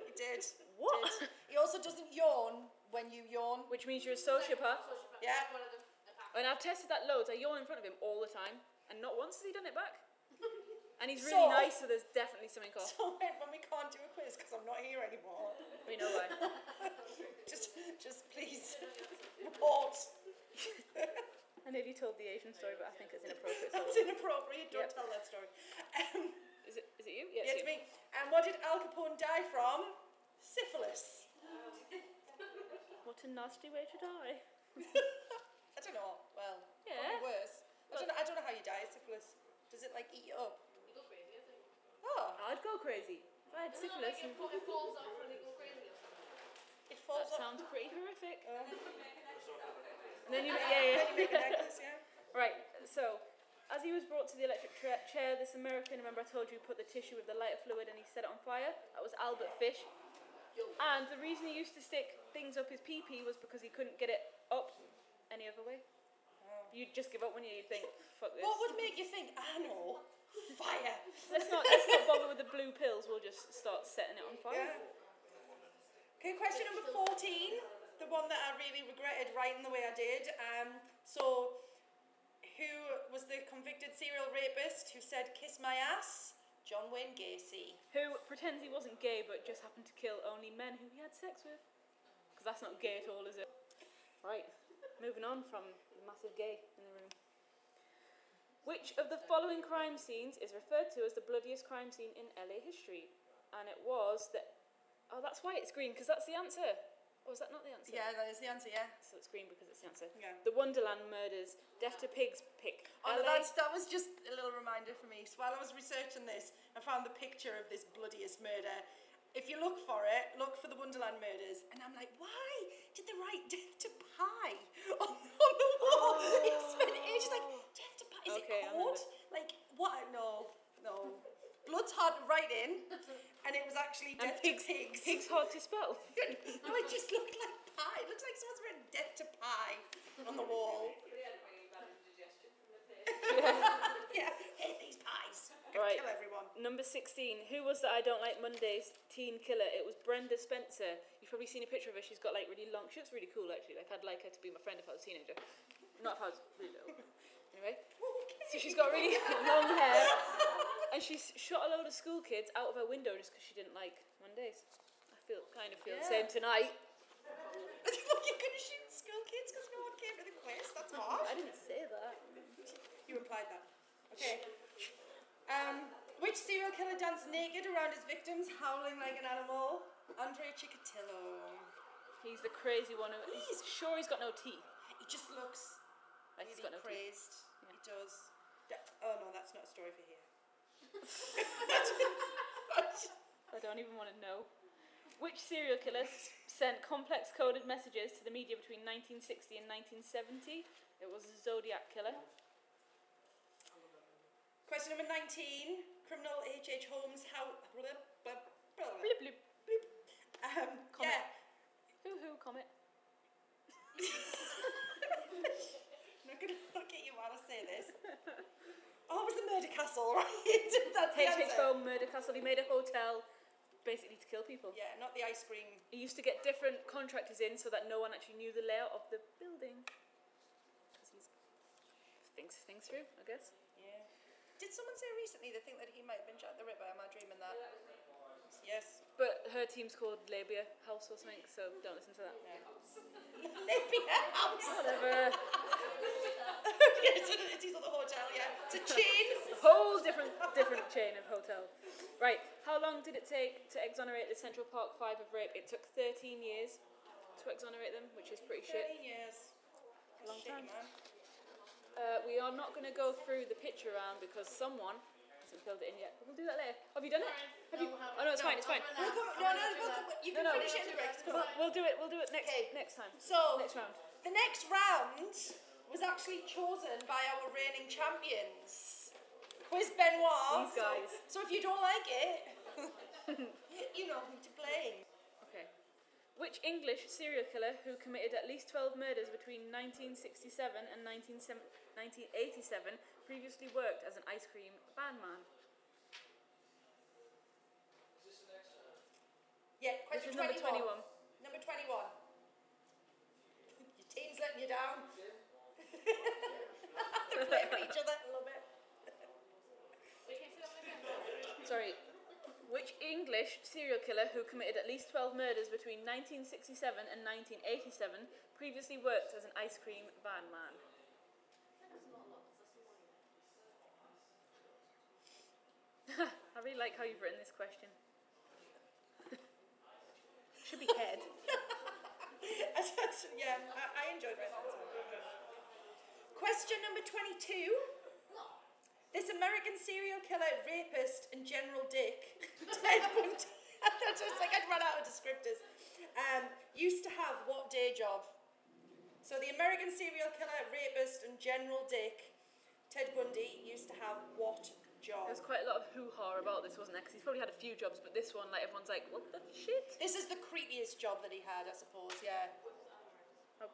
Speaker 2: He did.
Speaker 1: What?
Speaker 2: Did. He also doesn't yawn when you yawn.
Speaker 1: Which means you're a sociopath.
Speaker 3: Sociopath.
Speaker 2: Yeah.
Speaker 3: One of the, the facts.
Speaker 1: And I've tested that loads. I yawn in front of him all the time, and not once has he done it back. And he's really
Speaker 2: So-
Speaker 1: nice, so there's definitely something off.
Speaker 2: So when when we can't do a quiz because I'm not here anymore,
Speaker 1: We know why.
Speaker 2: just just please report.
Speaker 1: I nearly told the Asian story, but I think it's inappropriate. So
Speaker 2: That's inappropriate. Don't
Speaker 1: Yep.
Speaker 2: tell that story. Um,
Speaker 1: is it? Is it you? Yeah,
Speaker 2: yeah,
Speaker 1: it's
Speaker 2: it's
Speaker 1: you.
Speaker 2: me. And what did Al Capone die from? Syphilis.
Speaker 1: What a nasty way to die.
Speaker 2: I don't know. Well,
Speaker 1: Yeah.
Speaker 2: probably worse. I don't, know, I don't know how you die of syphilis. Does it like eat you up?
Speaker 3: You go crazy, I think.
Speaker 2: Oh,
Speaker 1: I'd go crazy. If I had
Speaker 3: Isn't it
Speaker 1: syphilis,
Speaker 3: like it,
Speaker 1: and-
Speaker 3: fa- it falls off and they go crazy or something?
Speaker 2: it
Speaker 1: that
Speaker 2: falls off.
Speaker 1: sounds pretty horrific.
Speaker 2: Uh,
Speaker 1: And then you,
Speaker 2: then
Speaker 1: yeah,
Speaker 2: you
Speaker 1: yeah.
Speaker 2: make a necklace, yeah.
Speaker 1: Right, so as he was brought to the electric tra- chair, this American, remember I told you, put the tissue with the lighter fluid and he set it on fire? That was Albert Fish. And the reason he used to stick things up his pee pee was because he couldn't get it up any other way.
Speaker 2: Oh.
Speaker 1: You'd just give up when you You'd think, fuck this.
Speaker 2: What would make you think? I know. Fire.
Speaker 1: Let's not, let's not bother with the blue pills, we'll just start setting it on fire.
Speaker 2: Yeah. Okay, question number 14. The one that I really regretted writing the way I did. Um, so, who was the convicted serial rapist who said, kiss my ass? John Wayne Gacy.
Speaker 1: Who pretends he wasn't gay but just happened to kill only men who he had sex with. that's not gay at all, is it? Right, moving on from the massive gay in the room. Which of the following crime scenes is referred to as the bloodiest crime scene in LA history? And it was the. Oh, that's why it's green, because that's the answer. Or is that not the answer?
Speaker 2: Yeah, that is the answer. Yeah.
Speaker 1: So it's green because it's the answer.
Speaker 2: Yeah.
Speaker 1: The Wonderland murders, Death to Pigs pick.
Speaker 2: Oh, no,
Speaker 1: LA
Speaker 2: that's, that was just a little reminder for me. So while I was researching this, I found the picture of this bloodiest murder. If you look for it, look for the Wonderland murders. And I'm like, why did they write death to pie on, on the wall? It's been ages like, death to pie. Is
Speaker 1: Oh. Okay,
Speaker 2: it
Speaker 1: I remember.
Speaker 2: cold? Like, what? No, no. Blood's hard to write in. And it was actually
Speaker 1: and
Speaker 2: death
Speaker 1: pigs,
Speaker 2: to pigs.
Speaker 1: pigs hard to spell.
Speaker 2: no, it just looked like pie. It looks like someone's written death to pie on the wall. yeah, hate these pies. I'm gonna
Speaker 1: Right.
Speaker 2: Kill everyone.
Speaker 1: Number 16. Who was the I Don't Like Mondays teen killer? It was Brenda Spencer. You've probably seen a picture of her. She's got like really long. She looks really cool actually. Like I'd like her to be my friend if I was a teenager. Not if I was really little. Anyway. So she's got really long hair. And she s- shot a load of school kids out of her window just because she didn't like Mondays. I feel kind of feel the
Speaker 2: Yeah.
Speaker 1: same tonight.
Speaker 2: You're gonna shoot school kids because no one came to the quiz. That's harsh.
Speaker 1: I didn't say that.
Speaker 2: You implied that. Okay. Um, which serial killer danced naked around his victims, howling like an animal? Andre Chikatilo.
Speaker 1: He's the crazy one. Who, he's sure he's got no teeth.
Speaker 2: He just looks
Speaker 1: Like he's
Speaker 2: really
Speaker 1: got no teeth.
Speaker 2: crazed. He does. D- oh no, that's not a story for here.
Speaker 1: I don't even want to know. Which serial killer s- sent complex coded messages to the media between 1960 and 1970? It was the Zodiac Killer.
Speaker 2: Question number 19. Criminal H.H. Holmes, how. Blah, blah, blah, blah.
Speaker 1: Blip, blip.
Speaker 2: Um,
Speaker 1: Comment.
Speaker 2: yeah.
Speaker 1: Hoo hoo, Comet.
Speaker 2: I'm not gonna look at you while I say this. Oh, it was the murder castle, right? That's the
Speaker 1: H.H.
Speaker 2: answer.
Speaker 1: Holmes Murder Castle. He made a hotel basically to kill people.
Speaker 2: Yeah, not the ice cream.
Speaker 1: He used to get different contractors in so that no one actually knew the layout of the building. 'Cause he's thinks things through, I guess.
Speaker 2: Yeah. Did someone say recently they think that he might have been Jack the Ripper? Am I dreaming that? Yes.
Speaker 1: But her team's called Labia House or something, so don't listen to that.
Speaker 2: Libya House.
Speaker 1: Whatever.
Speaker 2: yeah, it's, in, it's he's at the hotel, yeah. It's a chain.
Speaker 1: whole different different chain of hotel. Right, how long did it take to exonerate the Central Park Five of rape? It took 13 years to exonerate them, which is pretty shit.
Speaker 2: 13 years.
Speaker 1: Long
Speaker 2: Shitty
Speaker 1: time. Ah,
Speaker 2: man.
Speaker 1: Uh, we are not going to go through the picture round because someone hasn't filled it in yet. We'll do that later. Have you done it? Have you? Oh no, it's fine. It's fine.
Speaker 2: We'll go, no, no, we'll go, you
Speaker 1: No,
Speaker 2: can
Speaker 1: no,
Speaker 2: finish it in the breaks. Come on.
Speaker 1: We'll do it. We'll do it next
Speaker 2: Okay.
Speaker 1: next time.
Speaker 2: So,
Speaker 1: Next round.
Speaker 2: The next round was actually chosen by our reigning champions, Quiz Benoit.
Speaker 1: These guys.
Speaker 2: So, so if you don't like it, you know who to blame.
Speaker 1: Okay. Which English serial killer who committed at least 12 murders between 1967 and 1987 1987 previously worked as an ice cream van man?
Speaker 2: Yeah,
Speaker 1: This
Speaker 2: question
Speaker 1: is
Speaker 2: Number 21.
Speaker 1: number 21.
Speaker 2: Your team's letting you down. They're blaming each other a little bit.
Speaker 1: Sorry. Which English serial killer who committed at least 12 murders between 1967 and 1987 previously worked as an ice cream van man? I really like how you've written this question. Should be head.
Speaker 2: yeah, I, I enjoyed writing that. song. Question number 22. This American serial killer, rapist, and general dick, Ted Bundy. That's just like I'd run out of descriptors. Um, used to have what day job? So the American serial killer, rapist, and general dick, Ted Bundy, used to have what job?
Speaker 1: There's quite a lot of hoo ha about this, wasn't there? 'Cause he's probably had a few jobs, but this one, like, everyone's like, what the shit?
Speaker 2: This is the creepiest job that he had, I suppose. Yeah.
Speaker 1: I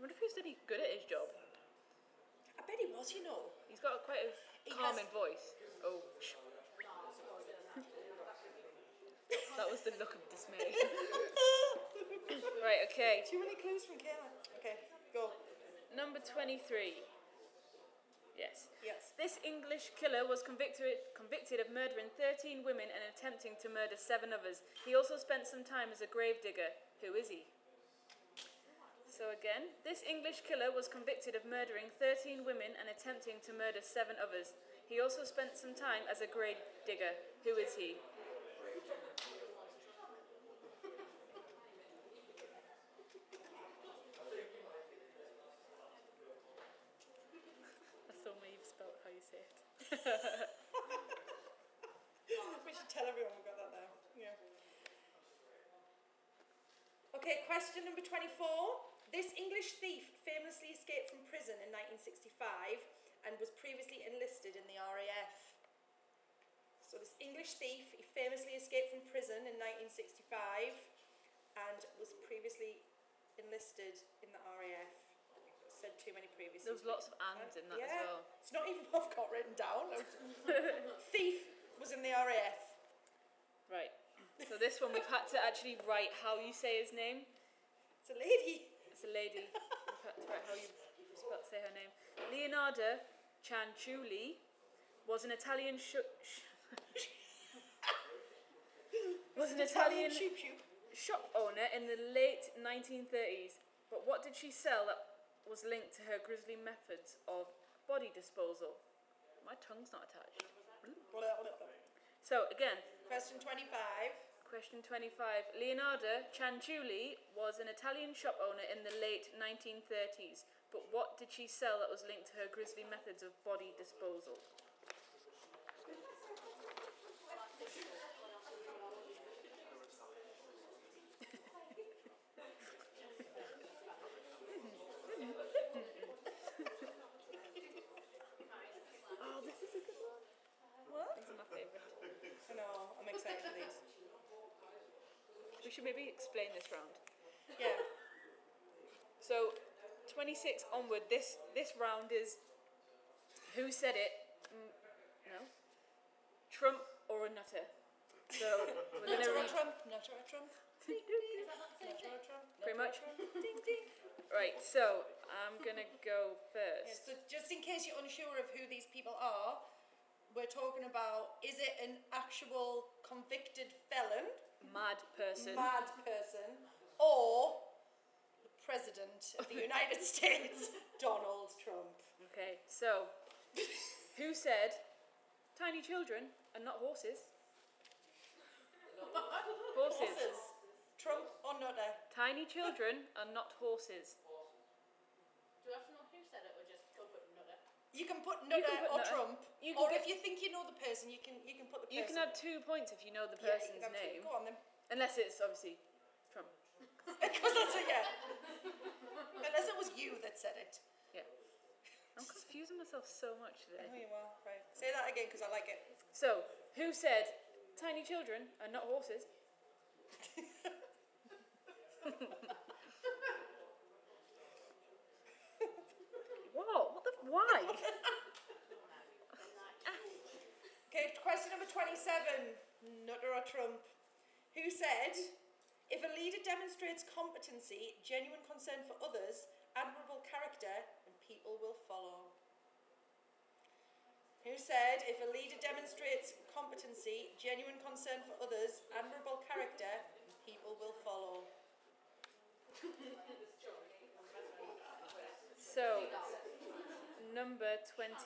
Speaker 1: wonder if he was any good at his job.
Speaker 2: I bet he was, you know.
Speaker 1: He's got quite a
Speaker 2: He
Speaker 1: calming
Speaker 2: has-
Speaker 1: voice. Oh, sh- that was the look of dismay. right, okay.
Speaker 2: Too many clues from Kayla. Okay, go.
Speaker 1: Number 23. Yes.
Speaker 2: Yes.
Speaker 1: This English killer was convicted, convicted of murdering 13 women and attempting to murder seven others. He also spent some time as a gravedigger. Who is he? So again, this English killer was convicted of murdering 13 women and attempting to murder seven others. He also spent some time as a grave digger. Who is he? That's the way you've spelled how you say it.
Speaker 2: we should tell everyone we got that now. Yeah. Okay, question number 24. This English thief famously escaped from prison in 1965 and was previously enlisted in the RAF. So, this English thief, he famously escaped from prison in 1965 and was previously enlisted in the RAF. Said too many previously.
Speaker 1: There was lots of ands in that as
Speaker 2: Yeah.
Speaker 1: well.
Speaker 2: It's not even what I've got written down. Thief was in the RAF.
Speaker 1: Right. So this one we've had to actually write how you say his name.
Speaker 2: It's a lady.
Speaker 1: It's a lady. We've had to write how you spell, say her name. Leonardo Cianciulli was an Italian sh- sh- was an Italian
Speaker 2: Shoop shoop.
Speaker 1: shop owner in the late 1930s. But what did she sell that was linked to her grisly methods of body disposal? My tongue's not attached. So again,
Speaker 2: Question 25.
Speaker 1: Question 25. Leonardo Cianciulli was an Italian shop owner in the late 1930s, but what did she sell that was linked to her grisly methods of body disposal? oh, this is a good one.
Speaker 2: What?
Speaker 1: These are my favourite.
Speaker 2: I know, I'm excited for these.
Speaker 1: We should maybe explain this round.
Speaker 2: Yeah.
Speaker 1: So, 26 onward. This this round is who said it? Mm, no, Trump or a nutter. So we're
Speaker 2: Not
Speaker 1: gonna
Speaker 2: a
Speaker 1: read
Speaker 2: Trump. Not a Trump.
Speaker 3: Is that not the same
Speaker 2: Not
Speaker 3: thing?
Speaker 2: a Trump.
Speaker 1: pretty much.
Speaker 2: Ding ding.
Speaker 1: Right. So I'm gonna go
Speaker 2: Yeah, so
Speaker 1: first.
Speaker 2: just in case you're unsure of who these people are, we're talking about is it an actual convicted felon,
Speaker 1: Mad person.
Speaker 2: mad person, or the president of the United States, Donald Trump?
Speaker 1: Okay. So who said tiny children and not horses? Horses.
Speaker 2: Horses. Trump or Nutter?
Speaker 1: Tiny children and not horses.
Speaker 3: Do I have to know who said it or just go put another?
Speaker 2: You can put
Speaker 1: You
Speaker 2: Nutter
Speaker 1: can put
Speaker 2: or
Speaker 1: Nutter.
Speaker 2: Trump,
Speaker 1: You can
Speaker 2: or if
Speaker 1: get-
Speaker 2: you think you know the person, you can you can put the person.
Speaker 1: You can add two points if you know the
Speaker 2: Yeah, you
Speaker 1: person's
Speaker 2: can have two.
Speaker 1: name,
Speaker 2: Go on then.
Speaker 1: unless it's obviously Trump.
Speaker 2: Because that's a yeah. Unless it was you that said it.
Speaker 1: I'm confusing myself so much
Speaker 2: Oh,
Speaker 1: today.
Speaker 2: you are right. Say that again because I like it.
Speaker 1: So, who said tiny children are not horses? Whoa, what the? Why?
Speaker 2: Okay, question number 27. Nutter or Trump? Who said, if a leader demonstrates competency, genuine concern for others, admirable character, and people will follow? Who said, if a leader demonstrates competency, genuine concern for others, admirable character, and people will follow?
Speaker 1: So, number 28.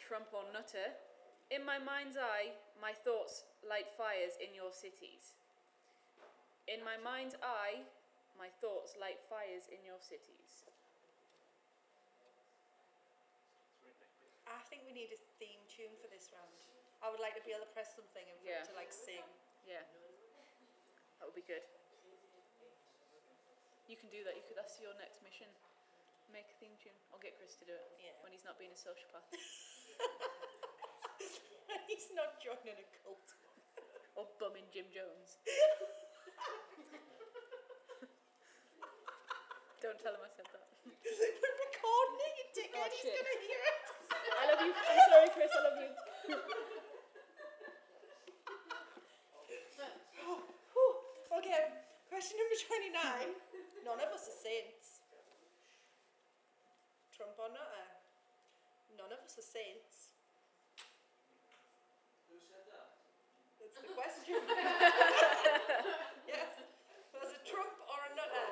Speaker 1: Trump or Nutter. In my mind's eye, my thoughts light fires in your cities. In my mind's eye, my thoughts light fires in your cities.
Speaker 2: I think we need a theme tune for this round. I would like to be able to press something and for it
Speaker 1: Yeah.
Speaker 2: to like sing.
Speaker 1: Yeah. That would be good. You can do that. You could, that's your next mission. Make a theme tune. I'll get Chris to do it
Speaker 2: Yeah.
Speaker 1: when he's not being a sociopath
Speaker 2: He's not joining a cult.
Speaker 1: or bumming Jim Jones. Don't tell him I said that.
Speaker 2: We're recording it, you dickhead.
Speaker 1: Oh,
Speaker 2: He's
Speaker 1: shit.
Speaker 2: gonna hear it.
Speaker 1: I love you. I'm sorry, Chris. I love you.
Speaker 2: Whew. okay, question number 29. None of us are saints. Trump or not? uh, None of us are saints. Who said that? That's the question. yes. Was it Trump or eh? a nutter?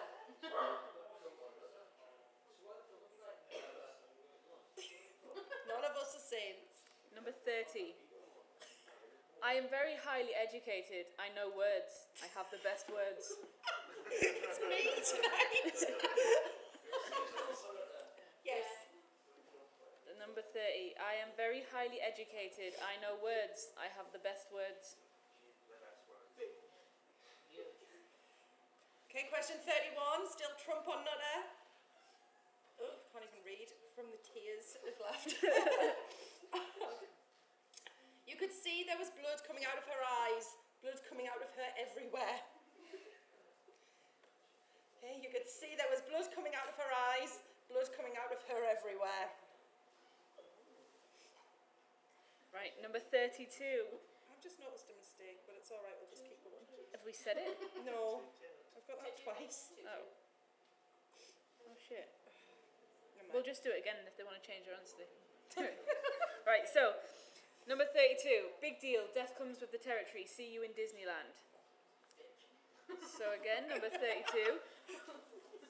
Speaker 1: 30. I am very highly educated. I know words. I have the best words.
Speaker 2: It's me tonight. yes.
Speaker 1: The number 30. I am very highly educated. I know words. I have the best words.
Speaker 2: Okay, question 31. Still Trump on Nutter. Oh, can't even read from the tears of laughter. you could see there was blood coming out of her eyes, blood coming out of her everywhere. Okay, you could see there was blood coming out of her eyes, blood coming out of her everywhere.
Speaker 1: Right, number 32.
Speaker 2: I've just noticed a mistake, but it's alright, we'll just keep going.
Speaker 1: Have we said it?
Speaker 2: No, I've got that twice.
Speaker 1: Oh. Oh shit.
Speaker 2: Never
Speaker 1: We'll
Speaker 2: mind.
Speaker 1: just do it again and if they want to change their answer. They do it. right, so number 32. Big deal. Death comes with the territory. See you in Disneyland. So again, number 32.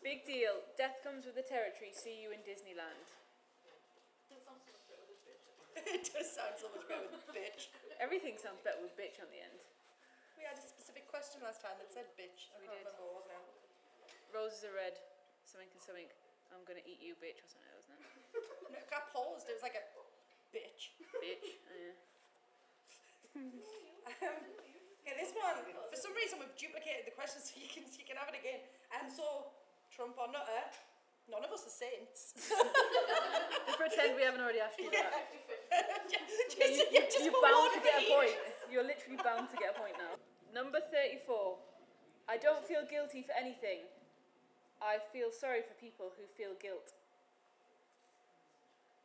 Speaker 1: Big deal. Death comes with the territory. See you in Disneyland.
Speaker 2: it does sound so much better with bitch.
Speaker 1: Everything sounds better with bitch on the end.
Speaker 2: We had a specific question last time that said bitch. I
Speaker 1: We
Speaker 2: can't
Speaker 1: did.
Speaker 2: remember what it was now.
Speaker 1: Roses are red. Something and something. I'm gonna eat you, bitch, or something, wasn't it?
Speaker 2: No, it got paused. It was like a bitch.
Speaker 1: bitch. oh, Yeah.
Speaker 2: Um, okay, this one. For some reason, we've duplicated the question, so you can you can have it again. And so, Trump or Nutter, none of us are saints.
Speaker 1: Just pretend we haven't already asked you that.
Speaker 2: just,
Speaker 1: Yeah, you,
Speaker 2: yeah, just
Speaker 1: are
Speaker 2: put
Speaker 1: bound
Speaker 2: one
Speaker 1: to
Speaker 2: for
Speaker 1: get a
Speaker 2: each.
Speaker 1: point. You're literally bound to get a point now. Number 34. I don't feel guilty for anything. I feel sorry for people who feel guilt.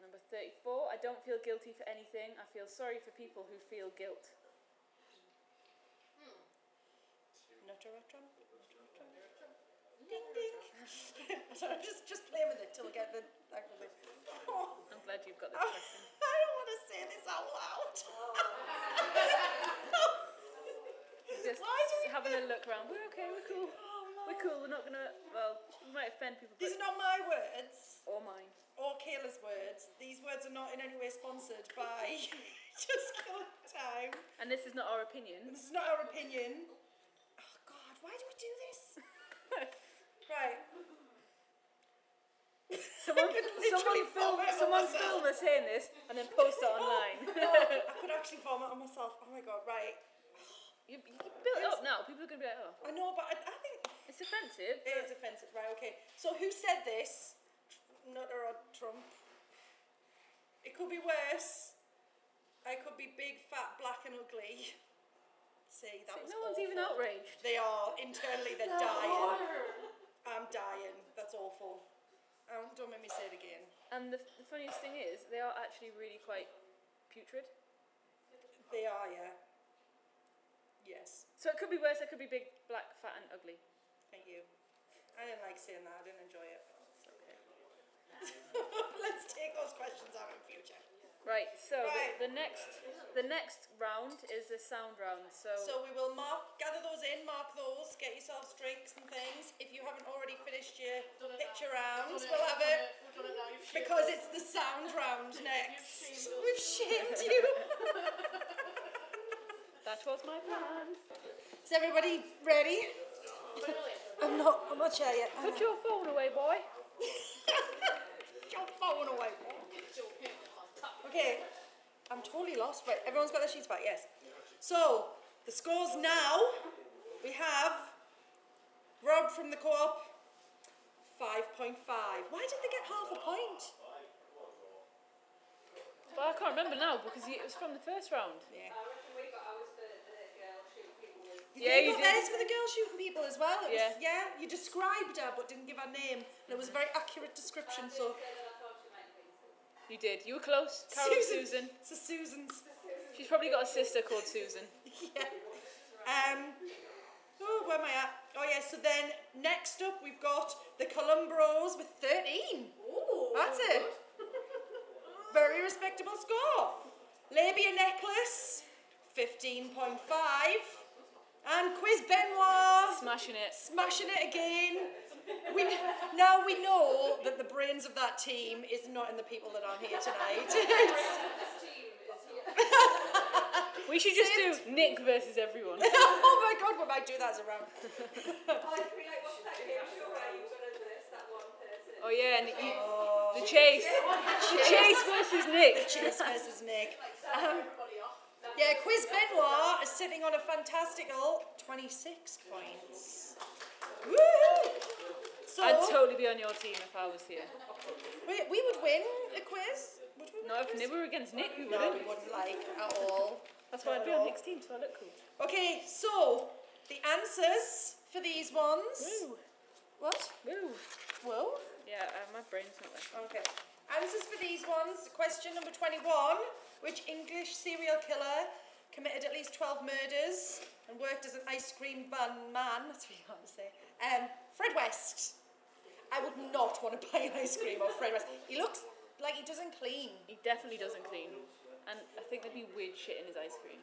Speaker 1: Number 34. I don't feel guilty for anything. I feel sorry for people who feel guilt.
Speaker 2: Nutter or Trump? Nutter or Trump? Ding ding. Sorry, I'm just just playing with it till we get the. Like, oh,
Speaker 1: I'm glad you've got this
Speaker 2: I
Speaker 1: question.
Speaker 2: don't want to say this out loud.
Speaker 1: Just
Speaker 2: Why do you
Speaker 1: having a look around. We're okay, we're cool. We're cool, we're not gonna. Well, we might offend people,
Speaker 2: These are
Speaker 1: but.
Speaker 2: not my words.
Speaker 1: Or mine.
Speaker 2: or Kayla's words. These words are not in any way sponsored by Just Kill Time.
Speaker 1: And this is not our opinion.
Speaker 2: This is not our opinion. Oh God, why do we do this? Right. I
Speaker 1: Someone,
Speaker 2: could
Speaker 1: someone,
Speaker 2: literally
Speaker 1: film,
Speaker 2: vomit on
Speaker 1: someone
Speaker 2: myself.
Speaker 1: film us saying this and then post it online.
Speaker 2: Oh, I could actually vomit on myself. Oh my God. Right.
Speaker 1: you, you build it up now. People are going to be like, oh,
Speaker 2: I know, but I, I think
Speaker 1: it's offensive.
Speaker 2: it is offensive. Right. Okay. So who said this? Nutter or Trump? It could be worse. I could be big, fat, black, and ugly. See, that was
Speaker 1: no one's even
Speaker 2: awful.
Speaker 1: outraged.
Speaker 2: They are internally. They're dying. I'm dying. That's awful. Um, don't make me say it again.
Speaker 1: And the, the funniest thing is, they are actually really quite putrid.
Speaker 2: They are, yeah. Yes.
Speaker 1: So it could be worse. It could be big, black, fat, and ugly.
Speaker 2: Thank you. I didn't like saying that. I didn't enjoy it.
Speaker 1: It's okay.
Speaker 2: Let's take those questions out in future.
Speaker 1: Right. So
Speaker 2: Right.
Speaker 1: The, the next, the next round is a sound round. So,
Speaker 2: So we will mark, gather those in, mark those, get yourselves drinks and things. If you haven't already finished your picture rounds, we'll have it because it's the sound round next.
Speaker 3: shamed us.
Speaker 2: We've shamed you.
Speaker 1: that was my plan.
Speaker 2: Is everybody ready?
Speaker 3: Brilliant.
Speaker 2: I'm not. I'm not sure yet.
Speaker 1: Put your phone away, boy.
Speaker 2: Put your phone away.
Speaker 3: Get your pin on top.
Speaker 2: Okay, I'm totally lost. Right, everyone's got their sheets back, yes. So, the scores now we have Rob from the co op, 5.5. Why did they get half a point?
Speaker 1: Well, I can't remember now because it was from the first round.
Speaker 2: Yeah.
Speaker 1: Yeah,
Speaker 2: They
Speaker 1: you
Speaker 2: got
Speaker 1: did.
Speaker 2: theirs for the girl shooting people as well. It
Speaker 1: Yeah.
Speaker 2: Was, yeah, you described her but didn't give her name, and it was a very accurate description. So,
Speaker 1: You did. You were close. Carol Susan.
Speaker 2: So, Susan's.
Speaker 1: She's probably got a sister called Susan.
Speaker 2: Yeah. Um, oh, where am I at? Oh, yeah, so then next up we've got the Columbros with 13.
Speaker 3: Ooh.
Speaker 2: That's it. Very respectable score. Labia Necklace, 15.5. And Quiz Benoit,
Speaker 1: Smashing it.
Speaker 2: smashing it again. We, now we know that the brains of that team is not in the people that are here tonight. It's-
Speaker 1: We should just do Nick versus everyone.
Speaker 2: oh my god, we might do that as a round.
Speaker 1: Oh yeah, and you, the chase. The chase versus Nick.
Speaker 2: Chase versus Nick.
Speaker 3: Everybody off.
Speaker 2: Um, Yeah, Quiz Benoit is sitting on a fantastical 26 points. Woo! So,
Speaker 1: I'd totally be on your team if I was here.
Speaker 2: we, we would win a quiz. Would we win
Speaker 1: Not
Speaker 2: a
Speaker 1: if
Speaker 2: quiz?
Speaker 1: Nick were against Nick, we
Speaker 2: No, we
Speaker 1: wouldn't.
Speaker 2: wouldn't like at all.
Speaker 1: That's why I'd be on Nick's team, so I look cool.
Speaker 2: Okay, so the answers for these ones.
Speaker 1: Woo,
Speaker 2: What?
Speaker 1: woo.
Speaker 2: Whoa.
Speaker 1: Yeah, uh, my brain's not there.
Speaker 2: Okay. Answers for these ones. Question number 21 Which English serial killer committed at least 12 murders and worked as an ice cream van man? That's what you want to say. Um, Fred West. I would not want to buy an ice cream off Fred West. He looks like he doesn't clean.
Speaker 1: He definitely doesn't clean, and I think there'd be weird shit in his ice cream.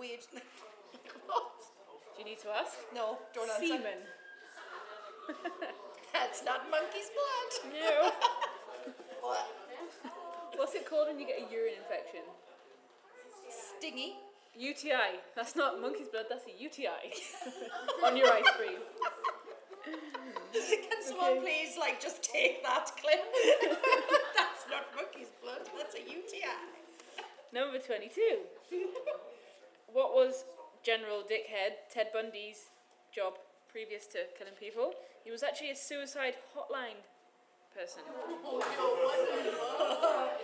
Speaker 2: Weird. what?
Speaker 1: Do you need to ask?
Speaker 2: No, don't answer.
Speaker 1: Semen.
Speaker 2: That's not monkey's blood.
Speaker 1: No.
Speaker 2: What?
Speaker 1: What's it called when you get a urine infection?
Speaker 2: Stingy.
Speaker 1: UTI. That's not monkey's blood, that's a UTI. on your ice cream.
Speaker 2: Can someone please, like, just take that clip? That's not monkey's blood. That's a UTI.
Speaker 1: Number 22. what was General Dickhead Ted Bundy's job previous to killing people? He was actually a suicide hotline person.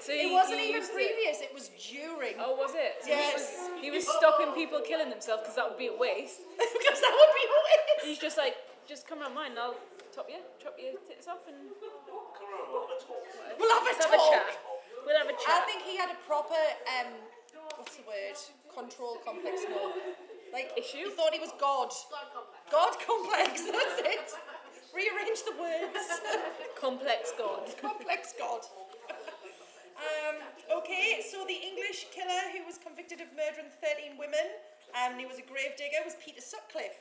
Speaker 1: so he,
Speaker 2: It wasn't
Speaker 1: he
Speaker 2: even
Speaker 1: used it.
Speaker 2: previous, it was during.
Speaker 1: Oh, was it? So
Speaker 2: Yes.
Speaker 1: He was, he was stopping people killing themselves because that would be a waste.
Speaker 2: because that would be always.
Speaker 1: He's just like, just come around mine and I'll top you, chop your tits off and
Speaker 2: We'll have a
Speaker 1: Mm. let's have a
Speaker 2: talk.
Speaker 1: chat. We'll have a
Speaker 2: I
Speaker 1: chat.
Speaker 2: think he had a proper, um, what's the word? Control complex, no. Like, he
Speaker 1: Issue?
Speaker 2: thought he was God.
Speaker 3: God complex.
Speaker 2: God complex, that's it. Rearrange the words.
Speaker 1: Complex God.
Speaker 2: complex God. Um, okay, so the English killer who was convicted of murdering 13 women um, and he was a grave digger was Peter Sutcliffe.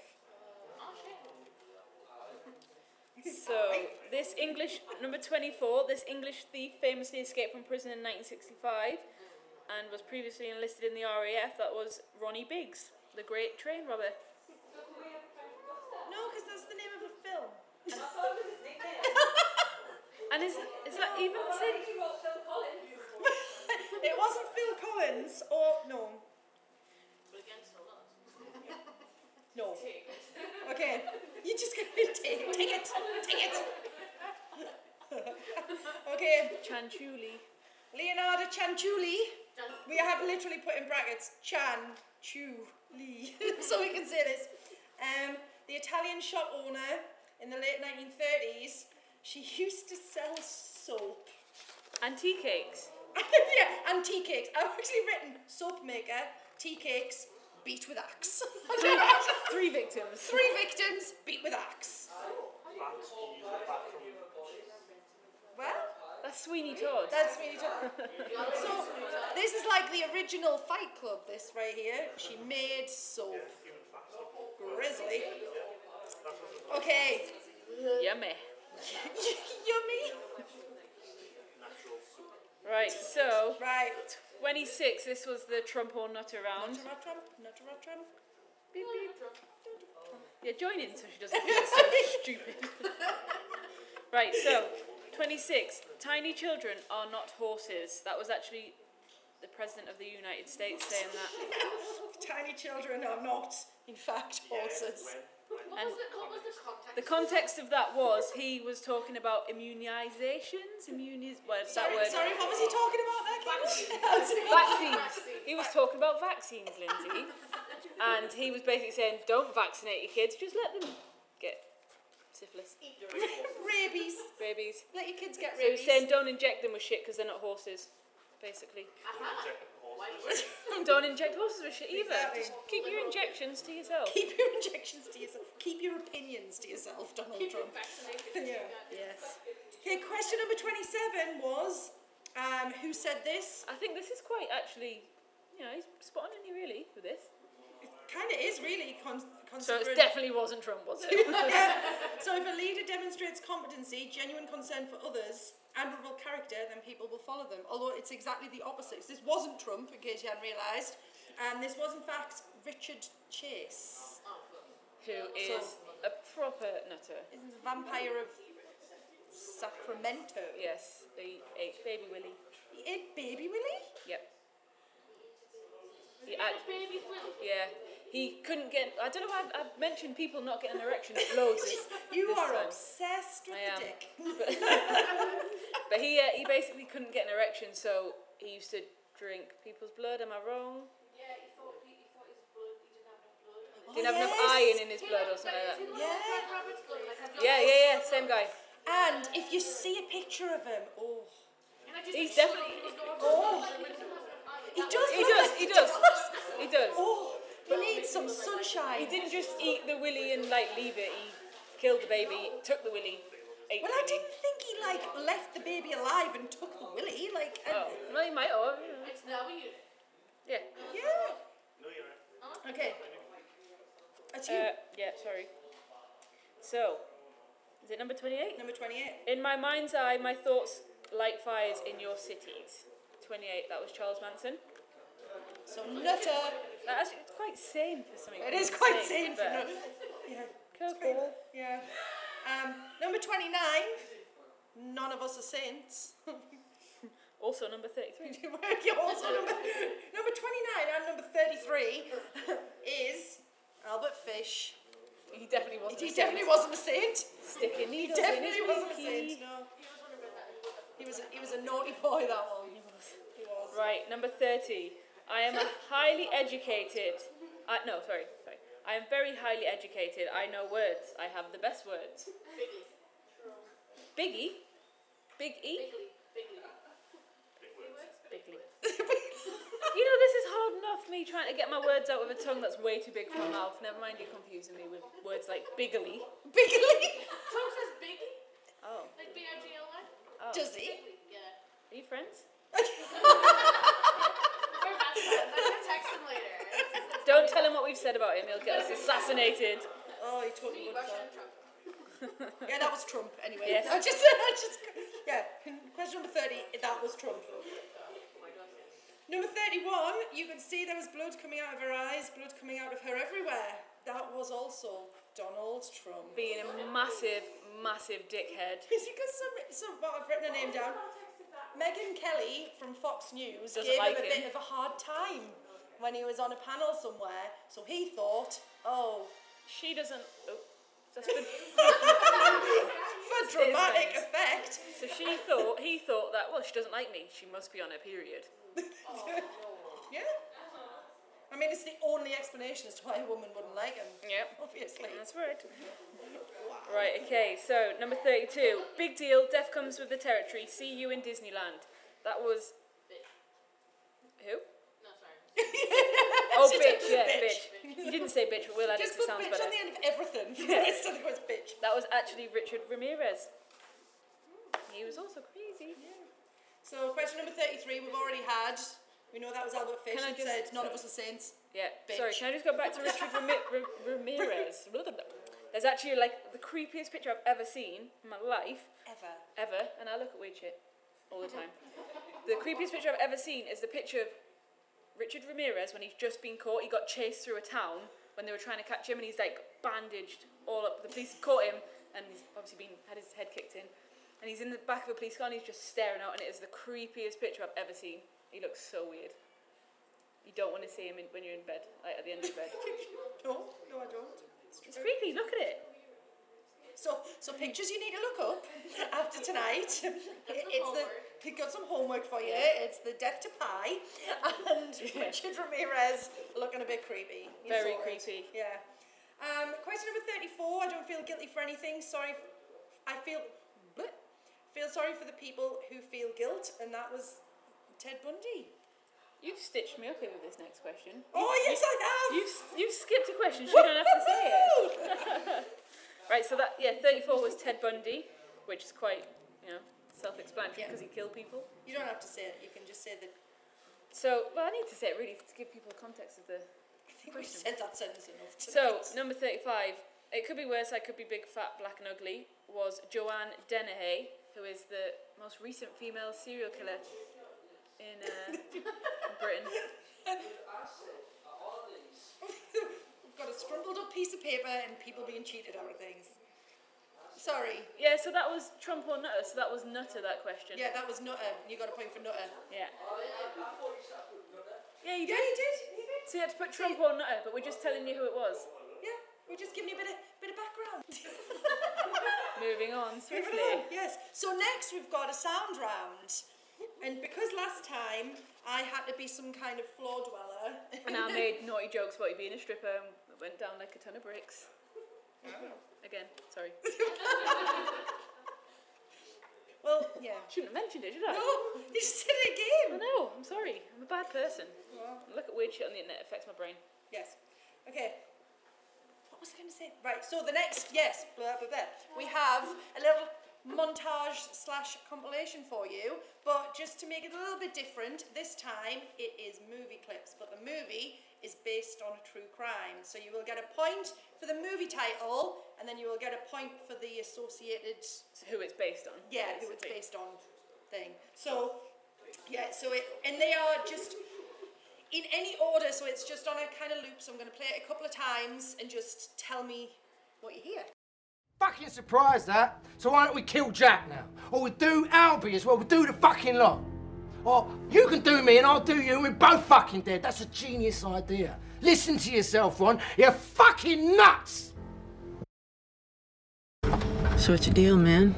Speaker 1: So this English number twenty-four, this English thief famously escaped from prison in 1965, and was previously enlisted in the RAF. That was Ronnie Biggs, the great train robber.
Speaker 2: No, because that's the name of a film.
Speaker 1: And is is that even the same?
Speaker 2: it wasn't Phil Collins or no,
Speaker 3: But against the laws.
Speaker 2: no. Okay, you just gonna take, take it, take it. okay,
Speaker 1: Chanchuli?
Speaker 2: Leonardo Chanchuli.
Speaker 3: Done.
Speaker 2: We have literally put in brackets Chan Chu Lee, so we can say this. Um, the Italian shop owner in the late 1930s, she used to sell soap.
Speaker 1: And tea cakes.
Speaker 2: yeah, and tea cakes. I've actually written soap maker, tea cakes, beat with axe.
Speaker 1: Three, three victims.
Speaker 2: Three victims, beat with axe. Well,
Speaker 1: That's Sweeney Todd.
Speaker 2: that's really tough. So, this is like the original Fight Club, this right here. She made soap. Grizzly. Okay,
Speaker 1: Yummy.
Speaker 2: yummy.
Speaker 1: Right. So
Speaker 2: Right.
Speaker 1: 26. This was the Trump or not around.
Speaker 2: Not Trump, not Trump.
Speaker 1: Yeah, join in so she doesn't feel so stupid. right, so 26. Tiny children are not horses. That was actually the President of the United States saying that.
Speaker 2: Tiny children are not, in fact, horses.
Speaker 3: What was the, what was the context?
Speaker 1: The context of that was he was talking about immunisations, immuniz. Well, it's that
Speaker 2: Sorry,
Speaker 1: word.
Speaker 2: sorry, what was he talking about there, Kim?
Speaker 1: Vaccines. He was talking about vaccines, Lindsay. And he was basically saying, don't vaccinate your kids, just let them get syphilis,
Speaker 2: rabies.
Speaker 1: babies.
Speaker 2: Let your kids get
Speaker 1: So he
Speaker 2: rabies.
Speaker 1: was saying, don't inject them with shit because they're not horses, basically.
Speaker 3: Uh-huh.
Speaker 1: Don't inject horses with shit either.
Speaker 2: Exactly.
Speaker 1: Just keep your injections to yourself.
Speaker 2: Keep your injections to yourself. Keep your opinions to yourself, Donald Trump. Yeah.
Speaker 1: Yes.
Speaker 2: Okay, question number 27 was um, who said this?
Speaker 1: I think this is quite actually, you know, he's spot on, isn't he, really, with this?
Speaker 2: It kind of is really con-
Speaker 1: So it
Speaker 2: considering-
Speaker 1: definitely wasn't Trump, was it?
Speaker 2: so if a leader demonstrates competency, genuine concern for others, admirable character, then people will follow them. Although it's exactly the opposite. So This wasn't Trump, in case you hadn't realised, and this was in fact Richard Chase.
Speaker 1: Who is a proper nutter.
Speaker 2: Isn't the vampire of Sacramento?
Speaker 1: Yes, he ate baby Willie.
Speaker 2: He ate baby Willie.
Speaker 1: Yep. He act-
Speaker 3: Baby thrill.
Speaker 1: yeah, he couldn't get. I don't know why I've, I've mentioned people not getting erections loads. this-
Speaker 2: You
Speaker 1: this
Speaker 2: are
Speaker 1: time.
Speaker 2: obsessed with
Speaker 1: I am.
Speaker 2: the dick.
Speaker 1: But he uh, he basically couldn't get an erection, so he used to drink people's blood. Am I wrong?
Speaker 3: Yeah, he thought he, he thought his blood. He didn't have enough blood. in
Speaker 2: Oh, yes.
Speaker 1: Didn't have enough iron in
Speaker 3: it.
Speaker 1: his blood or something like that.
Speaker 2: Yeah.
Speaker 1: Yeah, yeah, yeah. Same guy.
Speaker 2: And if you see a picture of him, oh,
Speaker 1: He's definitely-
Speaker 3: Oh.
Speaker 2: he does.
Speaker 1: He
Speaker 2: look
Speaker 1: does.
Speaker 2: like-
Speaker 1: He does. He does.
Speaker 2: Oh, he needs some sunshine.
Speaker 1: He didn't just eat the willy and like leave it. He killed the baby, took the willy, ate.
Speaker 2: Well, I
Speaker 1: the willy.
Speaker 2: didn't think he like left the baby alive and took the willy. Like,
Speaker 1: Oh,
Speaker 2: and,
Speaker 1: well, he might have.
Speaker 3: It's now a unit.
Speaker 1: Yeah.
Speaker 2: yeah. Okay. That's you.
Speaker 1: Uh, yeah. Sorry. So, is it number twenty-eight?
Speaker 2: Number twenty-eight.
Speaker 1: In my mind's eye, my thoughts light fires in your cities. Twenty-eight. That was Charles Manson.
Speaker 2: So nutter.
Speaker 1: That actually, it's quite sane for something.
Speaker 2: It is quite sane for
Speaker 1: but-
Speaker 2: nutter. Yeah.
Speaker 1: Curveball.
Speaker 2: Yeah. Um, number twenty-nine. None of us are saints.
Speaker 1: Also number thirty-three.
Speaker 2: You're also number number twenty-nine and number thirty-three is Albert Fish.
Speaker 1: He definitely wasn't.
Speaker 2: He
Speaker 1: a
Speaker 2: definitely
Speaker 1: saint.
Speaker 2: wasn't a saint.
Speaker 1: sticking
Speaker 2: He
Speaker 1: needles in his
Speaker 2: definitely wasn't a
Speaker 1: pinky.
Speaker 2: saint. No. He was a, he was a naughty boy that one. He was.
Speaker 1: Right, number 30. I am a highly educated. I, no, sorry, sorry. I am very highly educated. I know words. I have the best words.
Speaker 3: Bigly.
Speaker 1: Biggie? Big E?
Speaker 3: Bigly. Bigly.
Speaker 1: Bigly. You know, this is hard enough me trying to get my words out with a tongue that's way too big for my mouth. Never mind you confusing me with words like biggly.
Speaker 2: Bigly.
Speaker 3: Tom says bigly.
Speaker 1: Oh.
Speaker 3: Like B-I-G-L-Y.
Speaker 1: oh.
Speaker 2: Does he?
Speaker 3: Yeah.
Speaker 1: Are you friends?
Speaker 3: We're best friends. I'm going to text him later.
Speaker 1: Don't tell him what we've said about him. He'll get us assassinated.
Speaker 2: Oh, he totally
Speaker 3: Me,
Speaker 2: would.
Speaker 3: Russia,
Speaker 2: have.
Speaker 3: and Trump.
Speaker 2: Yeah, that was Trump. Anyway,
Speaker 1: Yes.
Speaker 2: I just, I just, yeah. Question number thirty. That was Trump. Number thirty-one. You could see there was blood coming out of her eyes, blood coming out of her everywhere. That was also Donald Trump.
Speaker 1: Being a massive, massive dickhead.
Speaker 2: Because some, some, well, I've written her name down. Megan Kelly from Fox News
Speaker 1: Doesn't
Speaker 2: gave
Speaker 1: like
Speaker 2: him a
Speaker 1: him.
Speaker 2: bit of a hard time when he was on a panel somewhere. So he thought, oh,
Speaker 1: She doesn't. Oh, that's good.
Speaker 2: for dramatic
Speaker 1: nice.
Speaker 2: effect,
Speaker 1: So she thought he thought that well she doesn't like me she must be on her period.
Speaker 2: Yeah. I mean, it's the only explanation as to why a woman wouldn't like him,
Speaker 1: Yep,
Speaker 2: obviously.
Speaker 1: that's right. Right, okay. So number thirty-two, big deal. Death comes with the territory. See you in Disneyland. That was who?
Speaker 3: No, sorry.
Speaker 1: Oh,
Speaker 2: She said
Speaker 1: bitch. Yeah,
Speaker 2: bitch.
Speaker 1: bitch. You didn't say bitch, but we'll add it
Speaker 2: Just
Speaker 1: to
Speaker 2: put
Speaker 1: sounds
Speaker 2: bitch
Speaker 1: better.
Speaker 2: on the end of everything. The rest of the words bitch.
Speaker 1: That was actually Richard Ramirez. He was also crazy.
Speaker 2: So, question number 33, we've already had. We know that was Albert Fish.
Speaker 1: Can I
Speaker 2: It
Speaker 1: just-
Speaker 2: said, none of us are saints.
Speaker 1: Yeah. Sorry,
Speaker 2: Bitch.
Speaker 1: can I just go back to Richard Rami- Ra- Ramirez? There's actually like the creepiest picture I've ever seen in my life.
Speaker 2: Ever.
Speaker 1: ever, and I look at weird shit all the time. the creepiest picture I've ever seen is the picture of Richard Ramirez when he's just been caught. He got chased through a town when they were trying to catch him, and he's like bandaged all up. The police have caught him, and he's obviously been had his head kicked in, and he's in the back of a police car, and he's just staring out, and it is the creepiest picture I've ever seen. He looks so weird. You don't want to see him in, when you're in bed, like at the end of bed.
Speaker 2: No, no, I don't.
Speaker 1: It's creepy. Look at it.
Speaker 2: So, so pictures you need to look up after tonight. It's the
Speaker 3: homework.
Speaker 2: we've got some homework for you. It's the death to pie and Richard Ramirez looking a bit creepy. You
Speaker 1: Very
Speaker 2: saw it.
Speaker 1: creepy.
Speaker 2: Yeah. Um, question number thirty-four. I don't feel guilty for anything. Sorry, f- I feel bleh, feel sorry for the people who feel guilt, and that was Ted Bundy.
Speaker 1: You've stitched me up here with this next question.
Speaker 2: Oh yes, I have.
Speaker 1: You've, you've skipped a question, so you don't have to say it.
Speaker 2: Woo-hoo!
Speaker 1: Right, so that yeah, 34 was Ted Bundy, which is quite you know self-explanatory
Speaker 2: Yeah.
Speaker 1: because he killed people.
Speaker 2: You don't have to say it. You can just say that
Speaker 1: So well, I need to say it really to give people context of the
Speaker 2: I think think we've said that sentence enough
Speaker 1: So,
Speaker 2: tonight.
Speaker 1: number 35, it could be worse, I could be big, fat, black, and ugly, was Joanne Dennehy, who is the most recent female serial killer in uh, Britain.
Speaker 2: We've got a scrumpled up piece of paper and people being cheated out of things. Sorry.
Speaker 1: Yeah, so that was Trump or Nutter, so that was Nutter, that question.
Speaker 2: Yeah, that was Nutter. You got a point for Nutter.
Speaker 1: Yeah, yeah
Speaker 2: Yeah,
Speaker 1: you
Speaker 2: you
Speaker 1: did.
Speaker 2: did. You did.
Speaker 1: So you had to put Trump or Nutter, but we're just telling you who it was.
Speaker 2: Yeah, we're just giving you a bit of bit of background.
Speaker 1: Moving on
Speaker 2: Moving
Speaker 1: swiftly.
Speaker 2: on, Yes. So next we've got a sound round, and because last time I had to be some kind of floor dweller.
Speaker 1: And I made naughty jokes about you being a stripper and it went down like a ton of bricks. Oh. Again, sorry.
Speaker 2: Well, yeah.
Speaker 1: Shouldn't have mentioned it, should I?
Speaker 2: No, you just said it
Speaker 1: I
Speaker 2: again.
Speaker 1: know, I'm sorry. I'm a bad person.
Speaker 2: Well,
Speaker 1: I Look at weird shit on the internet, it affects my brain.
Speaker 2: Yes. Okay. What was I going to say? Right. So the next, yes, blah blah blah. We have a little montage slash compilation for you, but just to make it a little bit different, this time it is movie clips, but the movie is based on a true crime. So you will get a point for the movie title, and then you will get a point for the associated
Speaker 1: It's who it's based on.
Speaker 2: yeah, who it's
Speaker 1: basically.
Speaker 2: based on thing. So yeah, so it and they are just in any order, so it's just on a kind of loop. So I'm going to play it a couple of times and just tell me what you hear.
Speaker 4: Fucking surprised that. So why don't we kill Jack now? Or we do Albie as well. We do the fucking lot. Or you can do me and I'll do you and we're both fucking dead. That's a genius idea. Listen to yourself, Ron. You're fucking nuts.
Speaker 5: So what's your deal, man?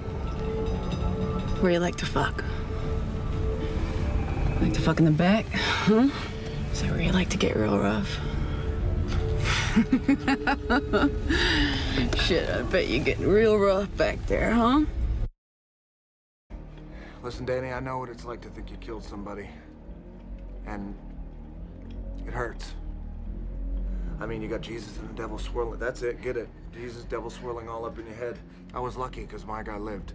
Speaker 5: Where you like to fuck? Like to fuck in the back, huh? Hmm? Is that where you like to get real rough? Shit, I bet you get real rough back there, huh?
Speaker 6: Listen, Danny, I know what it's like to think you killed somebody. And it hurts. I mean, you got Jesus and the devil swirling. That's it, get it. Jesus, devil swirling all up in your head. I was lucky because my guy lived.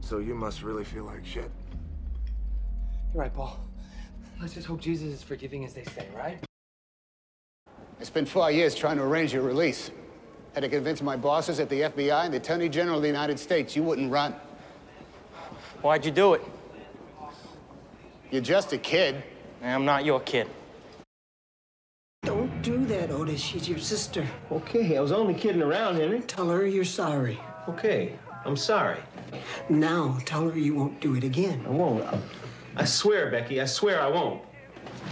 Speaker 6: So you must really feel like shit.
Speaker 4: You're right, Paul. Let's just hope Jesus is forgiving as they say, right?
Speaker 7: I spent four years trying to arrange your release. Had to convince my bosses at the FBI and the Attorney General of the United States you wouldn't run.
Speaker 8: Why'd you do it?
Speaker 7: You're just a kid.
Speaker 8: I'm not your kid.
Speaker 9: Don't do that, Otis. She's your sister.
Speaker 8: Okay, I was only kidding around, Henry.
Speaker 9: Tell her you're sorry.
Speaker 8: Okay, I'm sorry.
Speaker 9: Now tell her you won't do it again.
Speaker 8: I won't. I swear, Becky, I swear I won't.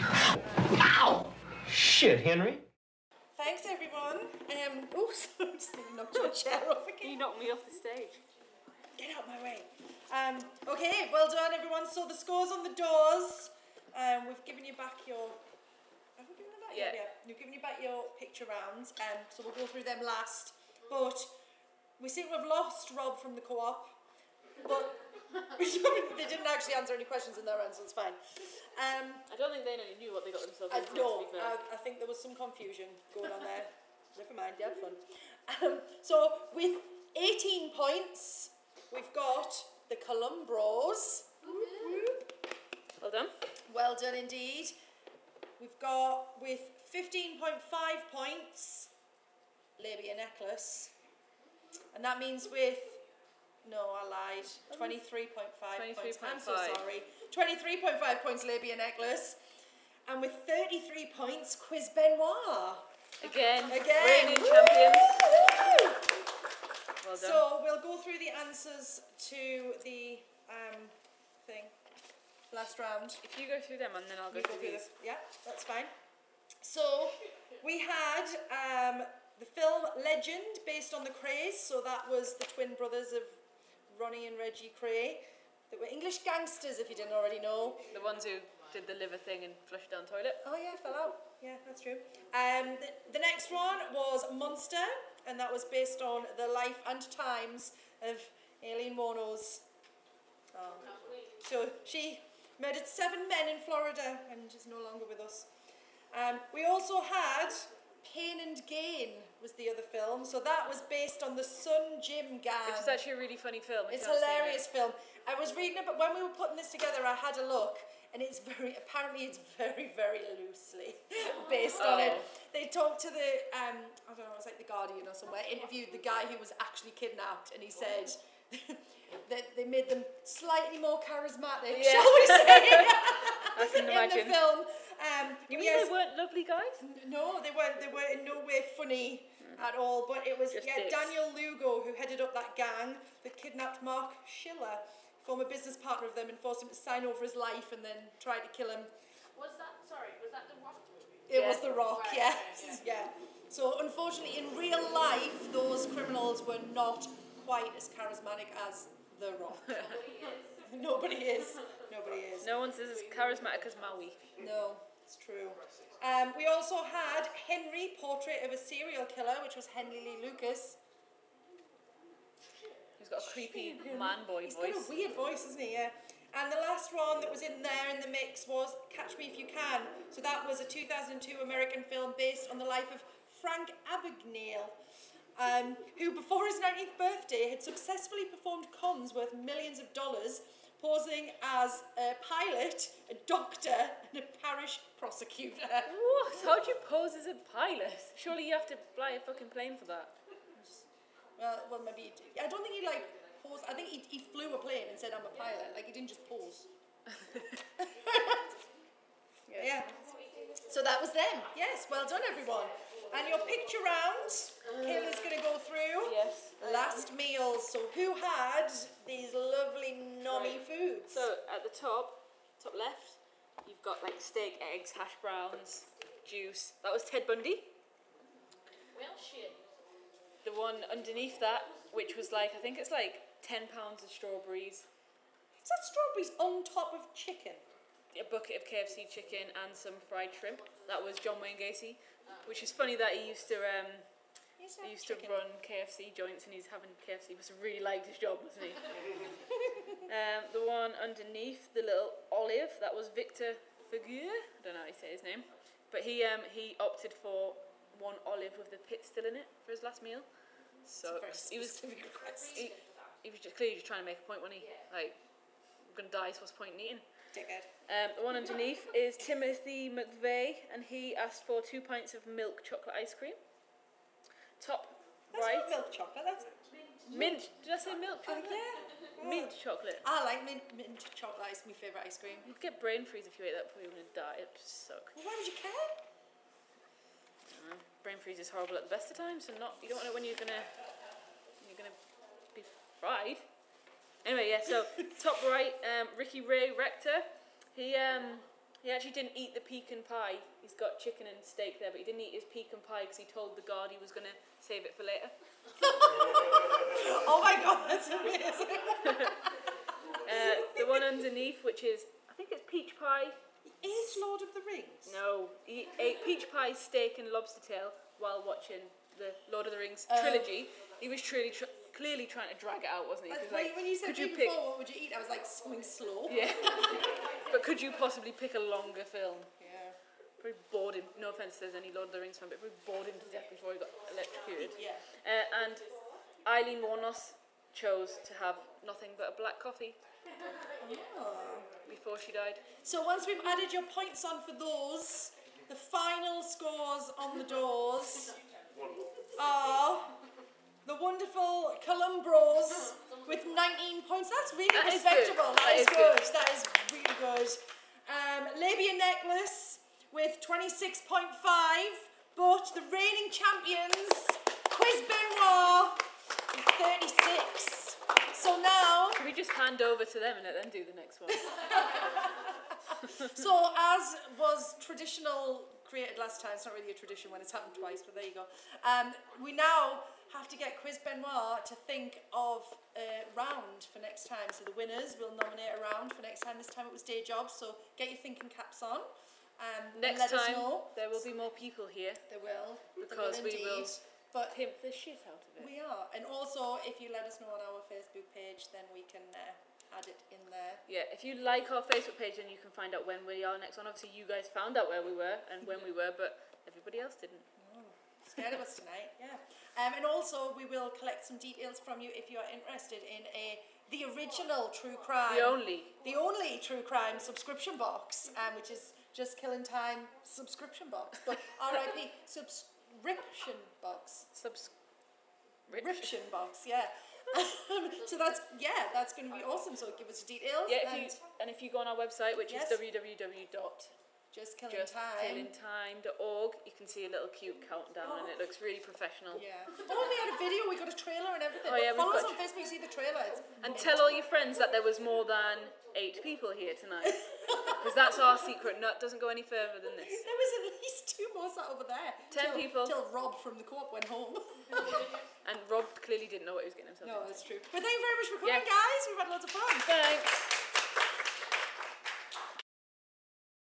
Speaker 8: Ow! Shit, Henry.
Speaker 2: Thanks, everyone. Um, oh, sorry, I just knocked your chair off
Speaker 1: You
Speaker 2: again.
Speaker 1: knocked me off the stage.
Speaker 2: Get out my way. Um, okay, well done, everyone. So the scores on the doors. Um, we've given you back your. Have we given them back?
Speaker 1: Yeah.
Speaker 2: We've given you back your picture rounds. Um, so we'll go through them last. But we seem to have lost Rob from the co-op. But they didn't actually answer any questions in their round, so it's fine. Um,
Speaker 1: I don't think they really knew what they got themselves
Speaker 2: I,
Speaker 1: into.
Speaker 2: no,
Speaker 1: to be fair.
Speaker 2: I, I think there was some confusion going on there. Never mind, you had fun. Um, so, with 18 points, we've got the Columbros.
Speaker 1: Well done.
Speaker 2: Well done indeed. We've got, with 15.5 points, Labia Necklace. And that means with, no, I lied, 23.5 points. I'm so
Speaker 1: 23.5.
Speaker 2: sorry. 23.5 points, Labia Necklace. And with 33 points, Quiz Benoit.
Speaker 1: Again,
Speaker 2: Again.
Speaker 1: reigning champions.
Speaker 2: Woo!
Speaker 1: Well done.
Speaker 2: So we'll go through the answers to the um, thing last round.
Speaker 1: if you go through them and then I'll go
Speaker 2: You go
Speaker 1: through
Speaker 2: through
Speaker 1: these.
Speaker 2: this. Yeah, that's fine. So we had um, the film Legend based on the Crays. So that was the twin brothers of Ronnie and Reggie Cray. They were English gangsters, if you didn't already know.
Speaker 1: The ones who did the liver thing and flushed down the toilet.
Speaker 2: Oh yeah, fell out. Yeah, that's true. Um, the, the next one was Monster, and that was based on the life and times of Aileen Warnos. Um, so she murdered seven men in Florida and is no longer with us. Um, we also had Pain and Gain was the other film, so that was based on the Sun Jim gang.
Speaker 1: Which is actually a really funny film. if
Speaker 2: Um, It's
Speaker 1: you haven't seen it.
Speaker 2: hilarious film. I was reading about when we were putting this together. I had a look, and it's very apparently it's very very loosely based on
Speaker 1: Oh.
Speaker 2: it. They talked to the um, I don't know, it was like the Guardian or somewhere. Interviewed the guy who was actually kidnapped, and he said. that they made them slightly more charismatic,
Speaker 1: Yeah.
Speaker 2: shall we say,
Speaker 1: I can
Speaker 2: in
Speaker 1: imagine.
Speaker 2: the film. Um,
Speaker 1: You mean
Speaker 2: yes,
Speaker 1: they weren't lovely guys?
Speaker 2: no, they weren't. They were in no way funny at all. But it was
Speaker 1: Hmm. Just
Speaker 2: yeah,
Speaker 1: dicks.
Speaker 2: Daniel Lugo who headed up that gang that kidnapped Mark Schiller, former business partner of them, and forced him to sign over his life and then tried to kill him.
Speaker 3: Was that, sorry, was that the Rock movie?
Speaker 2: It
Speaker 1: Yeah.
Speaker 2: was The Rock.
Speaker 3: Right,
Speaker 2: yes,
Speaker 3: yeah,
Speaker 2: yeah. So unfortunately, in real life, those criminals were not quite as charismatic as The Rock. Nobody is. Nobody is.
Speaker 1: No one says as charismatic as Maui.
Speaker 2: No, it's true. Um, we also had Henry Portrait of a Serial Killer, which was Henry Lee Lucas.
Speaker 1: He's got a creepy man boy
Speaker 2: He's
Speaker 1: voice.
Speaker 2: got a weird voice, isn't he? Yeah. And the last one that was in there in the mix was Catch Me If You Can. So that was a 2002 American film based on the life of Frank Abagnale, um, who before his 19th birthday had successfully performed cons worth millions of dollars, posing as a pilot, a doctor, and a parish prosecutor.
Speaker 1: What? How'd you pose as a pilot? Surely you have to fly a fucking plane for that.
Speaker 2: Well, Uh, well, maybe he did. I don't think he like paused. I think he, he flew a plane and said, "I'm a pilot." Like he didn't just pause. yeah. So that was them. Yes. Well done, everyone. And your picture round. Kayla's going to go through.
Speaker 1: Yes.
Speaker 2: Last meals. So who had these lovely nommy foods?
Speaker 1: So at the top, top left, you've got like steak, eggs, hash browns, juice. That was Ted Bundy.
Speaker 3: Well, shit.
Speaker 1: The one underneath that, which was like I think it's like ten pounds of strawberries,
Speaker 2: is that strawberries on top of chicken?
Speaker 1: a bucket of KFC chicken, and some fried shrimp. That was John Wayne Gacy, which is funny that he used to um,
Speaker 2: Yes,
Speaker 1: he used
Speaker 2: chicken.
Speaker 1: to run KFC joints and he's having KFC. He must have really liked his job, mustn't he? um, the one underneath the little olive that was Victor Figure. I don't know how you say his name, but he um, he opted for one olive with the pit still in it for his last meal. So he was he, he was just clearly just trying to make a point, wasn't he? Like, I'm gonna die, so what's the point in eating?
Speaker 2: Dickhead.
Speaker 1: Um, the one underneath is Timothy McVeigh, and he asked for two pints of milk chocolate ice cream. Top
Speaker 2: That's
Speaker 1: right, Uh,
Speaker 2: not milk chocolate. That's
Speaker 1: mint. Did I say milk?
Speaker 2: oh
Speaker 1: Chocolate?
Speaker 2: yeah.
Speaker 1: Mint chocolate.
Speaker 2: I like mint, mint chocolate. It's my favorite ice cream.
Speaker 1: You'd get brain freeze if you ate that. Probably would die. It'd just suck.
Speaker 2: Well, why would you care?
Speaker 1: Uh, brain freeze is horrible at the best of times, and not you don't know when you're gonna when you're gonna be fried. Anyway, yeah. So top right, um, Ricky Ray Rector. He um, he actually didn't eat the pecan pie. He's got chicken and steak there, but he didn't eat his pecan pie because he told the guard he was gonna save it for later.
Speaker 2: Oh my god, that's amazing.
Speaker 1: Uh, the one underneath, which is I think it's peach pie.
Speaker 2: Is Lord of the Rings?
Speaker 1: No, he ate peach pie, steak, and lobster tail while watching the Lord of the Rings
Speaker 2: Oh.
Speaker 1: trilogy. He was truly tr- clearly trying to drag it out, wasn't he?
Speaker 2: Like,
Speaker 1: 'Cause,
Speaker 2: when-
Speaker 1: like,
Speaker 2: when you said
Speaker 1: could you
Speaker 2: before,
Speaker 1: pick?
Speaker 2: what would you eat? I was like, something slow.
Speaker 1: Yeah, but could you possibly pick a longer film?
Speaker 2: Yeah.
Speaker 1: Probably bored him. No offense, if there's any Lord of the Rings fan, but probably bored him to death before he got electrocuted.
Speaker 2: Yeah.
Speaker 1: Uh, and Eileen Warnos chose to have nothing but a black coffee before she died.
Speaker 2: So once we've added your points on for those, the final scores on the doors are the wonderful Columbros with 19 points. That's really
Speaker 1: That is good.
Speaker 2: respectable.
Speaker 1: That
Speaker 2: that is
Speaker 1: is good.
Speaker 2: good. That is really good. Um, Labia Necklace with 26.5, but the reigning champions, Quiz Benoit, with 36. So now
Speaker 1: Can we just hand over to them and let them do the next one?
Speaker 2: So, as was traditional created last time, it's not really a tradition when it's happened twice, but there you go. Um, we now have to get Quiz Benoit to think of a round for next time. So, the winners will nominate a round for next time. This time it was day jobs, so get your thinking caps on. Um, and let
Speaker 1: Next
Speaker 2: us
Speaker 1: time
Speaker 2: know.
Speaker 1: there will be more people here.
Speaker 2: There will. there
Speaker 1: Because we will-
Speaker 2: indeed. But
Speaker 1: Pimp the shit out of it.
Speaker 2: we are. And also, if you let us know on our Facebook page, then we can uh, add it in there.
Speaker 1: Yeah, if you like our Facebook page, then you can find out when we are next on. Obviously, you guys found out where we were and when we were, but everybody else didn't.
Speaker 2: scared of us tonight. Yeah. Um, and also, we will collect some details from you if you are interested in a the original true crime,
Speaker 1: The only.
Speaker 2: the only true crime subscription box, um, which is just Killing Time subscription box, but R.I.P. subscription box.
Speaker 1: Subs-
Speaker 2: Ription box, yeah. Um, so that's yeah, that's going to be awesome. So give us the details.
Speaker 1: Yeah, if
Speaker 2: and
Speaker 1: you, and if you go on our website, which
Speaker 2: Yes.
Speaker 1: is www.justkillingtime.org,
Speaker 2: just killing time.
Speaker 1: you can see a little cute countdown and it looks really professional.
Speaker 2: Yeah. Oh, we had a video. We got a trailer and everything.
Speaker 1: Oh, yeah,
Speaker 2: Follow
Speaker 1: we've
Speaker 2: us
Speaker 1: got
Speaker 2: on Facebook. You see the trailer. It's
Speaker 1: And tell all your friends that there was more than eight people here tonight. Because that's our secret. No, it doesn't go any further than this.
Speaker 2: There was at least two more sat over there.
Speaker 1: Ten
Speaker 2: till,
Speaker 1: people.
Speaker 2: Till Rob from the co-op went home.
Speaker 1: And Rob clearly didn't know what he was getting himself
Speaker 2: no,
Speaker 1: into.
Speaker 2: that's true. But thank you very much for coming,
Speaker 1: Yeah.
Speaker 2: guys. We've had lots of fun.
Speaker 1: Thanks.